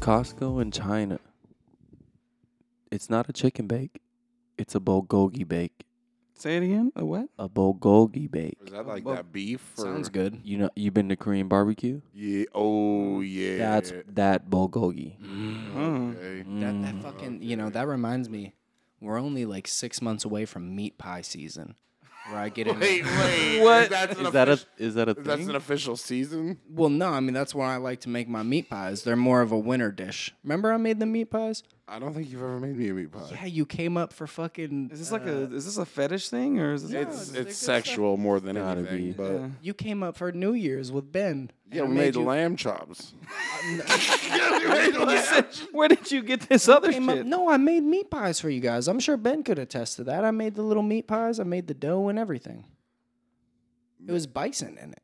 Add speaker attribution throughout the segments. Speaker 1: Costco in China. It's not a chicken bake. It's a bulgogi bake.
Speaker 2: Say it again. A what?
Speaker 1: A bulgogi bake.
Speaker 3: Is that like
Speaker 2: Well,
Speaker 3: that beef? Or?
Speaker 4: Sounds good.
Speaker 1: You know, you been to Korean barbecue?
Speaker 3: Yeah. Oh yeah.
Speaker 1: That's that bulgogi. Mm.
Speaker 3: Okay.
Speaker 4: Mm. That, that fucking, you know, that reminds me, we're only like six months away from meat pie season, where I get in.
Speaker 3: Wait, wait.
Speaker 2: What?
Speaker 3: Is that an
Speaker 1: Is that a
Speaker 3: offici-
Speaker 1: is that a
Speaker 3: That's an
Speaker 1: thing?
Speaker 3: official season.
Speaker 4: Well, no, I mean that's where I like to make my meat pies. They're more of a winter dish. Remember I made the meat pies?
Speaker 3: I don't think you've ever made me a meat pie.
Speaker 4: Yeah, you came up for fucking. uh,
Speaker 2: Is this like a is this a fetish thing or is this
Speaker 3: It's it's sexual more than
Speaker 1: Gotta
Speaker 3: anything.
Speaker 1: be.
Speaker 3: But yeah,
Speaker 4: You came up for New Year's with Ben. I
Speaker 3: we made,
Speaker 4: you,
Speaker 3: lamb chops. yeah, we made lamb.
Speaker 2: Where did you get this other
Speaker 4: came up-
Speaker 2: shit?
Speaker 4: no, I made meat pies for you guys. I'm sure Ben could attest to that. I made the little meat pies. I made the dough and everything. It was bison in it.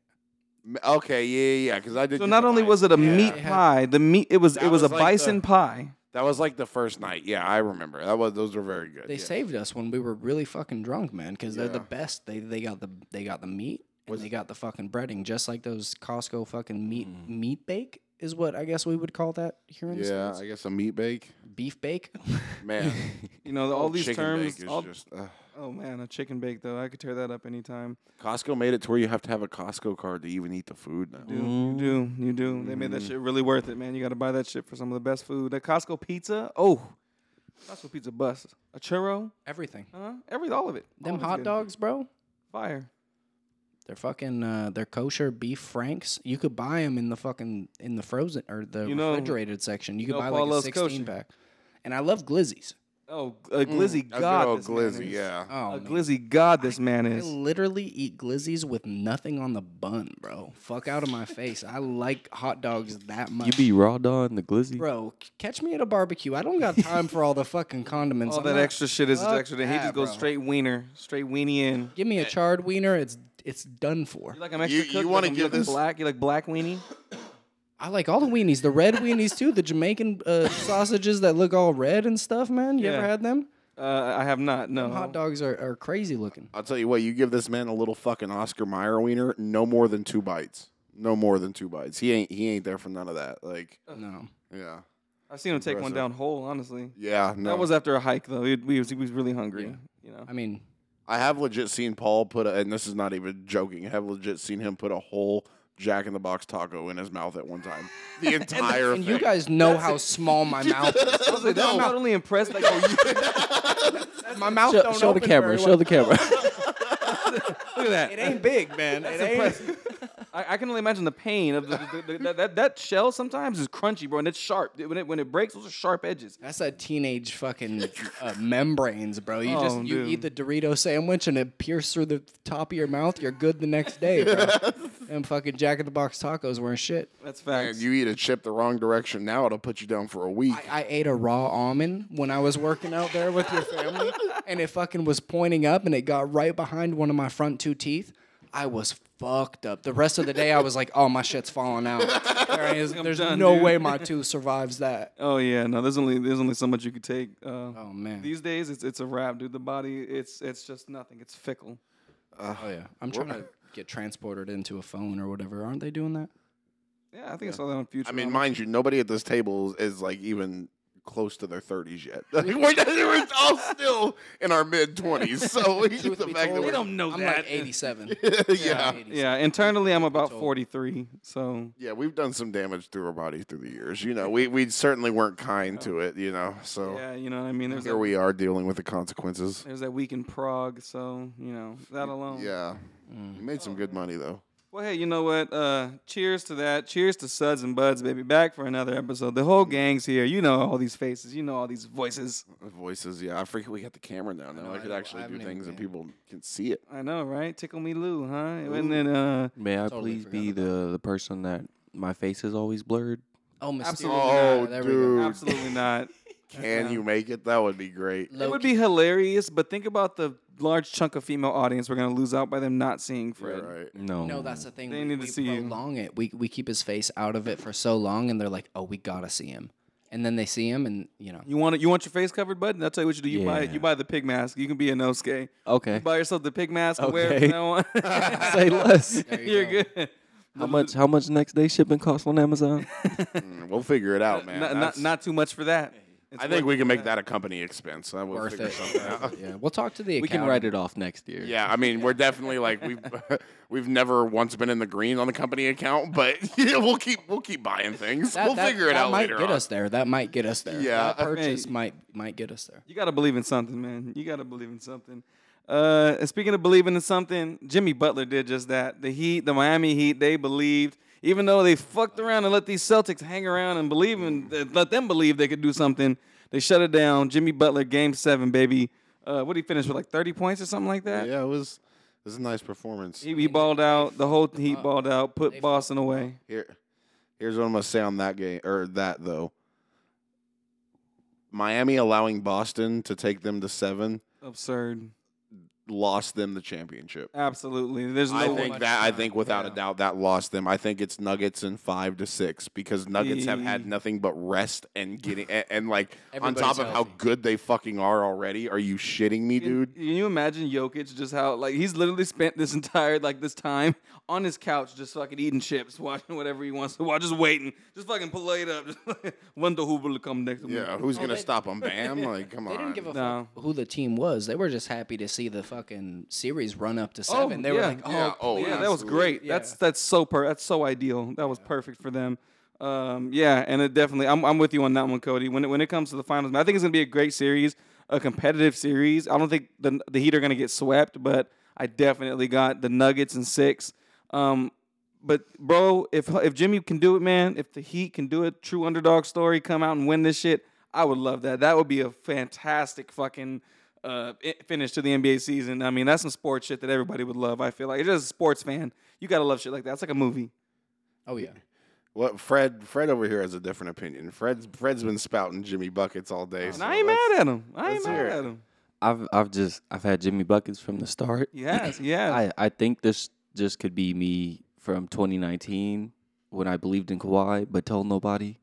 Speaker 3: Okay, yeah, yeah, because I did.
Speaker 2: So
Speaker 3: get
Speaker 2: not
Speaker 3: the
Speaker 2: only
Speaker 3: bison.
Speaker 2: was it a
Speaker 3: Yeah.
Speaker 2: meat
Speaker 4: had-
Speaker 2: pie, the meat it was
Speaker 3: That
Speaker 2: it was,
Speaker 3: was
Speaker 2: a
Speaker 3: like the-
Speaker 2: bison pie.
Speaker 3: that was like the first night. Yeah, I remember. That was those were very good.
Speaker 4: They
Speaker 3: yeah.
Speaker 4: saved us when we were really fucking drunk, man, because they're the
Speaker 3: Yeah.
Speaker 4: best. They they got the they got the meat and they got the fucking breading, just like those Costco fucking meat
Speaker 2: Mm.
Speaker 4: meat bake is what I guess we would call that here in the
Speaker 3: Yeah,
Speaker 4: states.
Speaker 3: I guess a meat bake.
Speaker 4: Beef bake.
Speaker 3: Man,
Speaker 2: You know, all these
Speaker 3: chicken
Speaker 2: terms.
Speaker 3: Bake is
Speaker 2: all-
Speaker 3: just, ugh.
Speaker 2: oh man, a chicken bake though. I could tear that up anytime.
Speaker 3: Costco made it to where you have to have a Costco card to even eat the food now.
Speaker 2: Dude, you do, you do. They made that shit really worth it, man. You got to buy that shit for some of the best food. That Costco pizza. Oh, Costco pizza bust. A churro.
Speaker 4: Everything.
Speaker 2: Huh? Every all of it. All
Speaker 4: Them
Speaker 2: of it's
Speaker 4: hot
Speaker 2: Oh, good.
Speaker 4: dogs, bro.
Speaker 2: Fire.
Speaker 4: They're fucking. Uh, they're kosher beef franks. You could buy them in the fucking in the frozen or the
Speaker 2: You know-
Speaker 4: refrigerated section. You could
Speaker 2: know
Speaker 4: buy
Speaker 2: Paul
Speaker 4: like a
Speaker 2: loves kosher.
Speaker 4: sixteen pack. And I love glizzies.
Speaker 2: Oh, a glizzy
Speaker 3: A Mm, good
Speaker 2: god.
Speaker 3: old
Speaker 2: this man
Speaker 3: glizzy,
Speaker 2: is.
Speaker 3: yeah.
Speaker 4: Oh,
Speaker 2: A
Speaker 4: man.
Speaker 2: glizzy god. This man
Speaker 4: I
Speaker 2: is.
Speaker 4: literally eat glizzies with nothing on the bun, bro. Fuck out of my face. I like hot dogs that much.
Speaker 1: You be raw dog in the glizzy.
Speaker 4: bro, c- catch me at a barbecue. I don't got time for all the fucking condiments.
Speaker 2: All
Speaker 4: I'm
Speaker 2: that
Speaker 4: not-
Speaker 2: extra shit is
Speaker 4: Fuck
Speaker 2: extra. He
Speaker 4: that,
Speaker 2: just goes
Speaker 4: bro.
Speaker 2: straight wiener, straight weenie in.
Speaker 4: Give me a charred wiener. It's it's done for.
Speaker 2: You like a Mexican
Speaker 3: you
Speaker 2: cook?
Speaker 3: wanna
Speaker 2: like a-
Speaker 3: give
Speaker 2: like a
Speaker 3: this-
Speaker 2: black? You like black weenie?
Speaker 4: I like all the weenies, the red weenies too, the Jamaican uh, sausages that look all red and stuff, man. You ever
Speaker 2: Yeah.
Speaker 4: had them?
Speaker 2: Uh, I have not. No.
Speaker 4: Them hot dogs are, are crazy looking.
Speaker 3: I'll tell you what, you give this man a little fucking Oscar Mayer wiener, no more than two bites. No more than two bites. He ain't he ain't there for none of that. Like
Speaker 4: No.
Speaker 3: yeah.
Speaker 2: I've seen him take one
Speaker 3: Impressive.
Speaker 2: down whole. Honestly,
Speaker 3: Yeah, no.
Speaker 2: that was after a hike though. He, we was, he was really hungry. You know.
Speaker 4: I mean,
Speaker 3: I have legit seen Paul put a and this is not even joking, I have legit seen him put a whole Jack in the Box taco in his mouth at one time. The entire
Speaker 4: and
Speaker 3: thing.
Speaker 4: you guys know how small my mouth is.
Speaker 2: I was like, that's not only impressed. Like, oh, you-
Speaker 4: My mouth
Speaker 1: Show,
Speaker 4: don't
Speaker 1: show the
Speaker 4: open
Speaker 1: camera.
Speaker 4: very
Speaker 1: Show
Speaker 4: well.
Speaker 1: the camera.
Speaker 2: look at that.
Speaker 4: It ain't big, man. It ain't.
Speaker 2: I, I can only imagine the pain of the, the, the, that, that that shell. Sometimes is crunchy, bro, and it's sharp. When it when it breaks, those are sharp edges.
Speaker 4: That's that teenage fucking uh, membranes, bro. You just
Speaker 2: Oh,
Speaker 4: you
Speaker 2: dude.
Speaker 4: eat the Dorito sandwich and it pierces through the top of your mouth. You're good the next day, bro. and fucking Jack in the Box tacos weren't shit.
Speaker 2: That's
Speaker 3: and
Speaker 2: facts.
Speaker 3: you eat a chip the wrong direction now, it'll put you down for a week.
Speaker 4: I, I ate a raw almond when I was working out there with your family, and it fucking was pointing up, and it got right behind one of my front two teeth. I was fucked up. The rest of the day, I was like, "Oh, my shit's falling out. There is, there's
Speaker 2: done,
Speaker 4: no
Speaker 2: dude."
Speaker 4: way my tooth survives that."
Speaker 2: oh yeah, no. There's only there's only so much you could take. Uh,
Speaker 4: Oh man.
Speaker 2: These days, it's it's a wrap, dude. The body, it's it's just nothing. It's fickle.
Speaker 4: oh yeah. I'm trying to get transported into a phone or whatever. Aren't they doing that?
Speaker 2: Yeah, I think I saw that on Future.
Speaker 3: I mean, mind you, nobody at this table is, is like even close to their 30s yet. Like, we're, we're all still in our mid 20s. So the
Speaker 4: Truth be
Speaker 3: fact that
Speaker 4: told,
Speaker 3: we're
Speaker 2: don't know
Speaker 4: I'm
Speaker 2: that.
Speaker 4: like 87.
Speaker 3: yeah.
Speaker 2: Yeah, internally, I'm about
Speaker 4: told.
Speaker 2: 43. So
Speaker 3: Yeah, we've done some damage through our bodies through the years. You know, we we certainly weren't kind to it. You know, so
Speaker 2: yeah, you know what I mean. There's
Speaker 3: here
Speaker 2: that,
Speaker 3: we are dealing with the consequences.
Speaker 2: there's that week in Prague. So you know that alone.
Speaker 3: Yeah, you made some good money though.
Speaker 2: Well, hey, you know what? Uh, cheers to that. Cheers to Suds and Buds, baby. Back for another episode. The whole gang's here. You know all these faces. You know all these voices.
Speaker 3: The voices, yeah. I forget we got the camera now. Now I, could
Speaker 4: I-
Speaker 3: actually
Speaker 4: I
Speaker 3: do
Speaker 4: haven't
Speaker 3: things
Speaker 4: even-
Speaker 3: and people can see it.
Speaker 2: I know, right? Tickle me, Lou, huh? And then uh,
Speaker 1: May I
Speaker 4: Totally
Speaker 1: please
Speaker 4: forgot
Speaker 1: be
Speaker 4: about
Speaker 1: the the person that my face is always blurred?
Speaker 4: Oh,
Speaker 2: Absolutely
Speaker 4: Mysterio.
Speaker 3: Oh,
Speaker 2: not.
Speaker 4: There we go.
Speaker 3: dude,
Speaker 2: absolutely not.
Speaker 3: can you make it? That would be great.
Speaker 2: It would be hilarious, but think about the large chunk of female audience we're gonna lose out by them not seeing
Speaker 3: You're
Speaker 2: Fred.
Speaker 3: right.
Speaker 1: No.
Speaker 4: No, that's the thing.
Speaker 2: They
Speaker 4: we,
Speaker 2: need to
Speaker 4: we
Speaker 2: see you.
Speaker 4: prolong it. We we keep his face out of it for so long, and they're like, "Oh, we gotta see him," and then they see him, and you know,
Speaker 2: You want it, you want your face covered, bud? I'll tell you what you do. You buy
Speaker 1: Yeah.
Speaker 2: you buy the pig mask. You can be a no skay.
Speaker 1: okay.
Speaker 2: You buy yourself the pig mask and wear it
Speaker 1: Okay.
Speaker 2: from now on.
Speaker 1: Say less.
Speaker 4: there you
Speaker 2: You're
Speaker 4: go.
Speaker 2: good.
Speaker 1: How much? How much next day shipping costs on Amazon?
Speaker 3: Mm, We'll figure it out, man.
Speaker 2: not, not,
Speaker 3: That's-
Speaker 2: not too much for that. It's
Speaker 3: I
Speaker 2: worth
Speaker 3: think we
Speaker 2: it.
Speaker 3: can make that a company expense. I will
Speaker 4: Worth
Speaker 3: figure
Speaker 4: it.
Speaker 3: something out.
Speaker 4: Yeah, we'll talk to the
Speaker 1: we can write it off next year.
Speaker 3: Yeah, I mean, we're definitely like we've we've never once been in the green on the company account, but yeah, we'll keep we'll keep buying things. we'll figure it
Speaker 4: that
Speaker 3: out
Speaker 4: might
Speaker 3: later.
Speaker 4: get
Speaker 3: on.
Speaker 4: us there. That might get us there.
Speaker 3: Yeah,
Speaker 4: that
Speaker 3: I mean-
Speaker 4: purchase might might get us there.
Speaker 2: You gotta believe in something, man. You gotta believe in something. Uh, and speaking of believing in something, Jimmy Butler did just that. The Heat, the Miami Heat, they believed, even though they fucked around and let these Celtics hang around and believe in, uh, let them believe they could do something. They shut it down. Jimmy Butler, Game Seven, baby. Uh, what did he finish with, like thirty points or something like that?
Speaker 3: Yeah, it was it was a nice performance.
Speaker 2: He, he balled out. The whole Heat balled out. Put Boston away.
Speaker 3: Here, here's what I'm gonna say on that game or that though. Miami allowing Boston to take them to seven
Speaker 2: Absurd.
Speaker 3: lost them the championship.
Speaker 2: Absolutely. There's no.
Speaker 3: I
Speaker 2: way.
Speaker 3: think that I think without a doubt that lost them. I think it's Nuggets in five to six because Nuggets have had
Speaker 2: Eee.
Speaker 3: nothing but rest and getting and, and like on top
Speaker 4: Everybody's
Speaker 3: of how
Speaker 4: healthy.
Speaker 3: good they fucking are already. Are you shitting me,
Speaker 2: Can-
Speaker 3: dude?
Speaker 2: Can you imagine Jokic just how like he's literally spent this entire like this time on his couch just fucking eating chips, watching whatever he wants to watch, just waiting, just fucking play it up. Just wonder who will come next.
Speaker 3: Yeah, who's gonna
Speaker 4: they-
Speaker 3: stop them, Bam? Like, come on.
Speaker 4: They didn't give a
Speaker 2: No.
Speaker 4: fuck who the team was. They were just happy to see the fucking series run up to seven. they were
Speaker 2: yeah,
Speaker 4: like, oh,
Speaker 3: yeah, oh,
Speaker 2: yeah, that was
Speaker 3: absolutely.
Speaker 2: great. That's that's so per that's so ideal. That was perfect for them. Um, yeah, and it definitely I'm I'm with you on that one, Cody. When it, when it comes to the finals, I think it's gonna be a great series, a competitive series. I don't think the the Heat are gonna get swept, but I definitely got the Nuggets in six. Um, but bro, if if Jimmy can do it, man, if the Heat can do it, true underdog story, come out and win this shit. I would love that. That would be a fantastic fucking uh, i- finish to the NBA season. I mean, that's some sports shit that everybody would love. I feel like you're just a sports fan. You gotta love shit like that. It's like a movie.
Speaker 4: oh yeah.
Speaker 3: What Fred? Fred over here has a different opinion. Fred's Fred's been spouting Jimmy buckets all day.
Speaker 2: And
Speaker 3: so
Speaker 2: I ain't
Speaker 3: let's-
Speaker 2: mad at him. I ain't
Speaker 3: let's
Speaker 2: mad
Speaker 3: hear it.
Speaker 2: at him.
Speaker 1: I've I've just I've had Jimmy buckets from the start.
Speaker 2: Yes, yes.
Speaker 1: I, I think this just could be me from 2019 when I believed in Kawhi but told nobody.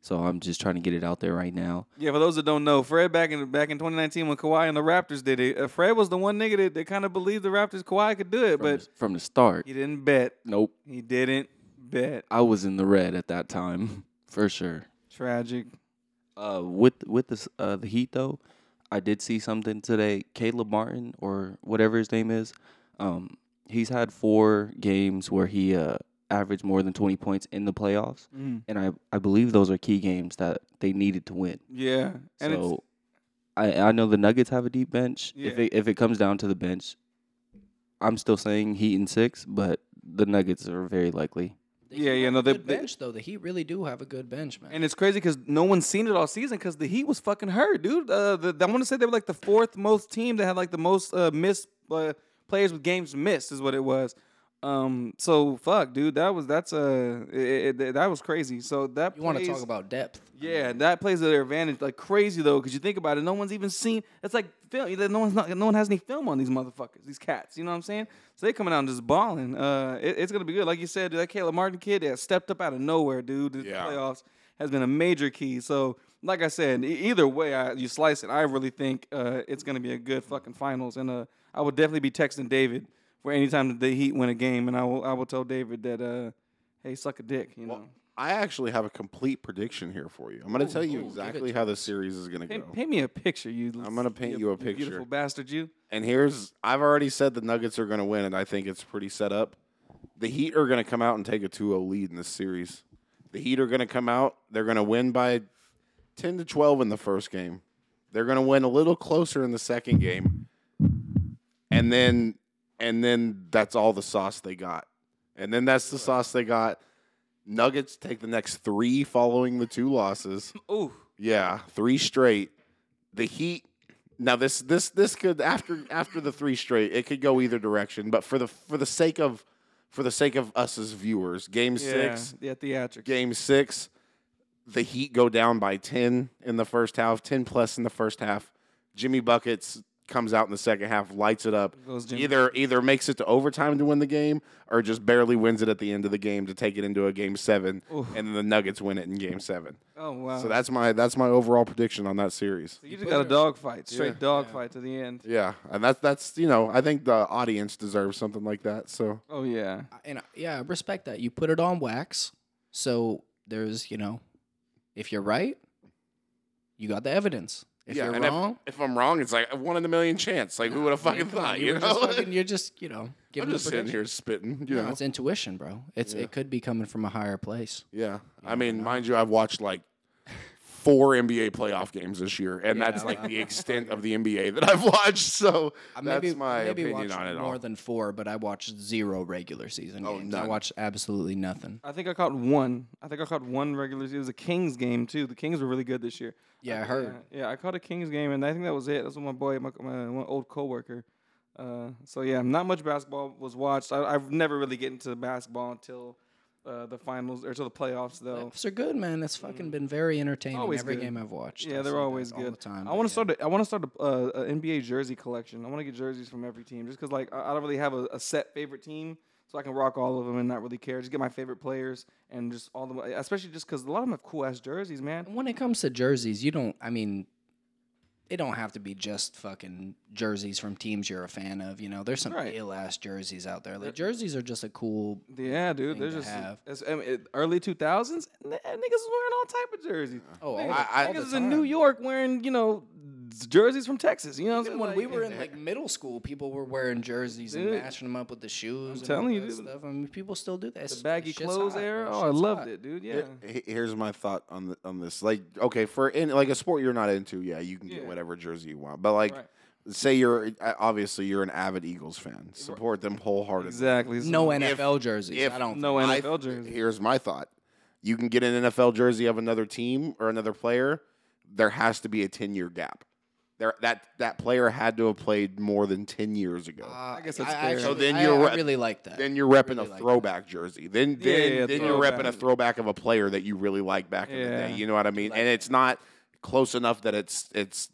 Speaker 1: So I'm just trying to get it out there right now.
Speaker 2: Yeah, for those that don't know, Fred back in back in 2019 when Kawhi and the Raptors did it, uh, Fred was the one nigga that, that kind of believed the Raptors Kawhi could do it,
Speaker 1: From,
Speaker 2: but
Speaker 1: the, from the start,
Speaker 2: he didn't bet.
Speaker 1: nope.
Speaker 2: He didn't bet.
Speaker 1: I was in the red at that time for sure.
Speaker 2: Tragic.
Speaker 1: Uh, with with this uh, the Heat though, I did see something today. Caleb Martin or whatever his name is, um, he's had four games where he uh, averaged more than 20 points in the playoffs,
Speaker 2: Mm.
Speaker 1: and I I believe those are key games that they needed to win.
Speaker 2: Yeah, and it's,
Speaker 1: so I I know the Nuggets have a deep bench. If
Speaker 2: Yeah.
Speaker 1: it if it comes down to the bench, I'm still saying Heat and six, but the Nuggets are very likely.
Speaker 4: They
Speaker 2: Yeah,
Speaker 4: do
Speaker 2: yeah,
Speaker 4: have
Speaker 2: no,
Speaker 4: a
Speaker 2: they-
Speaker 4: good
Speaker 2: they-
Speaker 4: bench though. The Heat really do have a good bench, man.
Speaker 2: And it's crazy because no one's seen it all season because the Heat was fucking hurt, dude. Uh, the, I want to say they were like the fourth most team that had like the most uh, missed uh, players with games missed is what it was. Um, so fuck, dude, that was that's uh, it, it, that was crazy. So that
Speaker 4: you want to
Speaker 2: plays-
Speaker 4: talk about depth?
Speaker 2: yeah, that plays to their advantage like crazy though because you think about it, no one's even seen. It's like film. you know, No one's not. No one has any film on these motherfuckers, these cats. You know what I'm saying? So they coming out and just balling. Uh, it- it's gonna be good. Like you said, dude, that Caleb Martin kid that stepped up out of nowhere, dude. The
Speaker 3: Yeah.
Speaker 2: playoffs has been a major key. So like I said, e- either way I, you slice it, I really think uh, it's gonna be a good fucking finals. And uh, I will definitely be texting David for any time that the Heat win a game, and I will I will tell David that uh, hey, suck a dick. You know,
Speaker 3: I actually have a complete prediction here for you. I'm gonna tell you
Speaker 4: ooh, give
Speaker 3: exactly
Speaker 4: it
Speaker 3: how this series is gonna
Speaker 2: paint,
Speaker 3: go.
Speaker 2: paint me a picture, you.
Speaker 3: I'm gonna paint you a picture.
Speaker 2: Beautiful bastard, you.
Speaker 3: And here's I've already said the Nuggets are going to win, and I think it's pretty set up. The Heat are going to come out and take a 2-0 lead in this series. The Heat are going to come out. They're going to win by 10 to 12 in the first game. They're going to win a little closer in the second game. And then and then that's all the sauce they got. And then that's the sauce they got. Nuggets take the next 3 following the two losses.
Speaker 2: Ooh,
Speaker 3: Yeah, three straight. The Heat. Now this this this could after after the three straight, it could go either direction. But for the for the sake of for the sake of us as viewers, Game Six,
Speaker 2: Yeah, theatrics.
Speaker 3: Game Six, the Heat go down by ten in the first half, ten plus in the first half. Jimmy buckets comes out in the second half, lights it up.
Speaker 2: Goes Jimmy.
Speaker 3: Either either makes it to overtime to win the game, or just barely wins it at the end of the game to take it into a game seven, and then the Nuggets win it in game seven.
Speaker 2: Oh wow!
Speaker 3: So that's my that's my overall prediction on that series.
Speaker 2: you just got a dog fight, straight dog fight to the end.
Speaker 3: Yeah, and that's that's you know I think the audience deserves something like that. So
Speaker 2: Oh yeah,
Speaker 4: and I- yeah, I respect that. You put it on wax, so there's you know, if you're right, you got the evidence. If
Speaker 3: yeah,
Speaker 4: you're
Speaker 3: and
Speaker 4: wrong,
Speaker 3: if, if I'm wrong, it's like a one in a million chance. Like who would have
Speaker 4: I mean,
Speaker 3: fucking
Speaker 4: come on,
Speaker 3: thought?
Speaker 4: you
Speaker 3: You
Speaker 4: were
Speaker 3: know,
Speaker 4: just fucking- you're just you know
Speaker 3: I'm
Speaker 4: giving
Speaker 3: just
Speaker 4: a
Speaker 3: sitting
Speaker 4: prediction.
Speaker 3: here spitting. You
Speaker 4: No,
Speaker 3: know,
Speaker 4: it's intuition, bro. It's
Speaker 3: Yeah.
Speaker 4: it could be coming from a higher place.
Speaker 3: Yeah. I mean, mind you, I've watched like four NBA playoff games this year, and that's like the extent of the NBA that I've watched. So
Speaker 4: I
Speaker 3: that's
Speaker 4: maybe,
Speaker 3: my
Speaker 4: maybe
Speaker 3: opinion
Speaker 4: watched
Speaker 3: on it
Speaker 4: more
Speaker 3: all. Oh,
Speaker 4: than four, but I watched zero regular season games. I
Speaker 3: none.
Speaker 4: watched absolutely nothing.
Speaker 2: I think I caught one. I think I caught one regular. It was a Kings game too. The Kings were really good this year.
Speaker 4: Yeah, I heard.
Speaker 2: Yeah, yeah, I caught a Kings game, and I think that was it. That's what my boy, my, my one old coworker. Uh, so yeah, not much basketball was watched. I, I've never really get into basketball until uh, the finals or until the playoffs, though.
Speaker 4: Playoffs are good, man. It's fucking been very entertaining.
Speaker 2: Mm. Always
Speaker 4: Every
Speaker 2: good.
Speaker 4: game I've watched.
Speaker 2: Yeah,
Speaker 4: I say
Speaker 2: they're
Speaker 4: that
Speaker 2: always
Speaker 4: all
Speaker 2: good.
Speaker 4: the time.
Speaker 2: I
Speaker 4: but
Speaker 2: want
Speaker 4: yeah.
Speaker 2: to start. A, I want to start a, uh, a NBA jersey collection. I want to get jerseys from every team, just because like I, I don't really have a, a set favorite team, so I can rock all of them and not really care. Just get my favorite players and just all the, especially just because a lot of them have cool ass jerseys, man.
Speaker 4: When it comes to jerseys, you don't. I mean, it don't have to be just fucking jerseys from teams you're a fan of. You know, there's some
Speaker 2: Right.
Speaker 4: ill ass jerseys out there. Like jerseys are just a cool.
Speaker 2: Yeah, dude.
Speaker 4: Thing
Speaker 2: There's
Speaker 4: to
Speaker 2: just
Speaker 4: have.
Speaker 2: it's, I mean, it- early 2000s. n- Niggas was wearing all type of jerseys.
Speaker 4: Oh, all
Speaker 2: Niggas-
Speaker 4: the-
Speaker 3: I- all
Speaker 2: niggas
Speaker 3: the
Speaker 2: was in New York wearing you know s- jerseys from Texas. You know, what I'm
Speaker 4: Even
Speaker 2: saying?
Speaker 4: when
Speaker 2: Like,
Speaker 4: we were in like middle school, people were wearing jerseys
Speaker 2: Dude.
Speaker 4: and matching them up with the shoes. and
Speaker 2: telling
Speaker 4: all
Speaker 2: you,
Speaker 4: that
Speaker 2: dude.
Speaker 4: stuff. I mean, people still do that.
Speaker 2: the
Speaker 4: It's-
Speaker 2: baggy
Speaker 4: shit's
Speaker 2: clothes
Speaker 4: hot,
Speaker 2: era.
Speaker 4: bro.
Speaker 2: Oh, I
Speaker 4: Shit's
Speaker 2: loved
Speaker 4: hot.
Speaker 2: it, dude. Yeah.
Speaker 3: He- Here's my thought on the, on this. Like, okay, for in like a sport you're not into, yeah, you can get
Speaker 2: Yeah.
Speaker 3: whatever jersey you want. But like,
Speaker 2: Right.
Speaker 3: say you're uh, obviously you're an avid Eagles fan, support them wholeheartedly.
Speaker 2: Exactly. so-
Speaker 4: No NFL jerseys.
Speaker 3: if
Speaker 4: I don't.
Speaker 2: No
Speaker 3: I
Speaker 2: NFL
Speaker 3: th-
Speaker 2: jersey.
Speaker 3: Here's my thought: you can get an NFL jersey of another team or another player. There has to be a ten year gap. There that that player had to have played more than ten years ago.
Speaker 4: I
Speaker 2: guess that's fair.
Speaker 3: So
Speaker 4: actually-
Speaker 3: then
Speaker 4: I-
Speaker 3: you're
Speaker 4: I
Speaker 3: re-
Speaker 4: really like that.
Speaker 3: then you're repping
Speaker 4: really
Speaker 3: a
Speaker 4: like
Speaker 3: throwback jersey. Then
Speaker 2: Yeah,
Speaker 3: then,
Speaker 2: yeah,
Speaker 3: then you're repping a
Speaker 2: throwback.
Speaker 3: throwback of a player that you really like back in the
Speaker 2: Yeah.
Speaker 3: day. You know what I mean? and it's not close enough that it's it's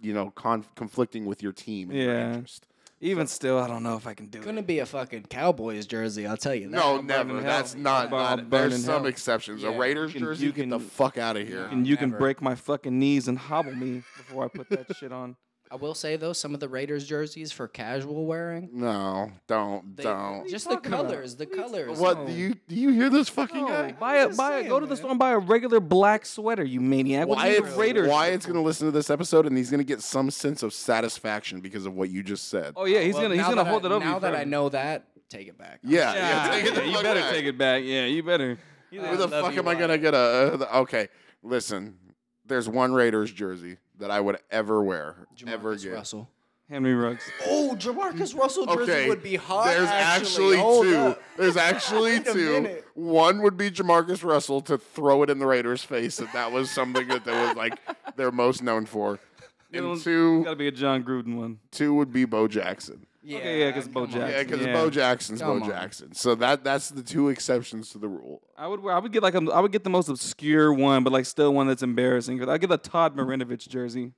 Speaker 3: you know conf- conflicting with your team and your
Speaker 2: Yeah.
Speaker 3: interest.
Speaker 2: Even still, I don't know if I can do it.
Speaker 4: gonna be a fucking Cowboys jersey. I'll tell you that.
Speaker 3: No,
Speaker 2: burning
Speaker 3: never.
Speaker 2: hell.
Speaker 3: That's not.
Speaker 2: Bur- I'm
Speaker 3: not there's
Speaker 2: burning
Speaker 3: some
Speaker 2: hell.
Speaker 3: exceptions.
Speaker 4: Yeah.
Speaker 3: A Raiders
Speaker 2: You can-
Speaker 3: jersey,
Speaker 2: you
Speaker 3: get the
Speaker 2: can-
Speaker 3: fuck out of here.
Speaker 2: and you can
Speaker 4: Never.
Speaker 2: break my fucking knees and hobble me before I put that shit on.
Speaker 4: I will say though, some of the Raiders jerseys for casual wearing,
Speaker 3: No, don't,
Speaker 4: they,
Speaker 3: don't.
Speaker 4: just
Speaker 2: What
Speaker 4: the
Speaker 2: are you talking about?
Speaker 4: colors, the colors.
Speaker 3: What do you do? You hear this fucking guy?
Speaker 2: buy a buy a, go to the store and buy a regular black sweater, you maniac. What do you
Speaker 3: Wyatt's,
Speaker 2: need Raiders?
Speaker 3: Wyatt's gonna listen to this episode and he's gonna get some sense of satisfaction because of what you just said.
Speaker 2: Oh yeah, he's
Speaker 4: Well,
Speaker 2: gonna he's
Speaker 4: now
Speaker 2: gonna
Speaker 4: that
Speaker 2: hold
Speaker 4: I,
Speaker 2: it over.
Speaker 4: Now
Speaker 2: you
Speaker 4: that I
Speaker 2: forever.
Speaker 4: know that, take it back.
Speaker 3: yeah,
Speaker 2: Yeah,
Speaker 3: yeah, take it the
Speaker 2: yeah, you
Speaker 3: fuck
Speaker 2: better
Speaker 3: back.
Speaker 2: take it back. Yeah, you better. You
Speaker 3: Where
Speaker 2: better-
Speaker 3: the
Speaker 4: love
Speaker 3: fuck
Speaker 4: you,
Speaker 3: am I gonna get a? Uh, the- okay, listen. There's one Raiders jersey that I would ever wear, ever
Speaker 4: Jamarcus
Speaker 3: get.
Speaker 4: Russell.
Speaker 2: Henry Ruggs.
Speaker 4: Oh, Jamarcus Russell jersey
Speaker 3: Okay,
Speaker 4: would be hot.
Speaker 3: there's
Speaker 4: actually,
Speaker 3: actually,
Speaker 4: Hold
Speaker 3: two.
Speaker 4: up.
Speaker 3: There's actually
Speaker 4: a
Speaker 3: two.
Speaker 4: minute.
Speaker 3: One would be Jamarcus Russell to throw it in the Raiders' face, and that was something that they was like they're most known for. And
Speaker 2: one's
Speaker 3: two,
Speaker 2: Gotta be a John Gruden one.
Speaker 3: two would be Bo Jackson.
Speaker 4: Yeah,
Speaker 2: Okay, yeah, 'cause Bo
Speaker 4: come on.
Speaker 2: Jackson.
Speaker 3: Yeah, because
Speaker 2: Yeah.
Speaker 3: Bo Jackson's
Speaker 4: Come
Speaker 3: Bo
Speaker 4: on.
Speaker 3: Jackson. So that that's the two exceptions to the rule.
Speaker 2: I would wear. I would get like a, I would get the most obscure one, but like still one that's embarrassing. I get a Todd Marinovich jersey.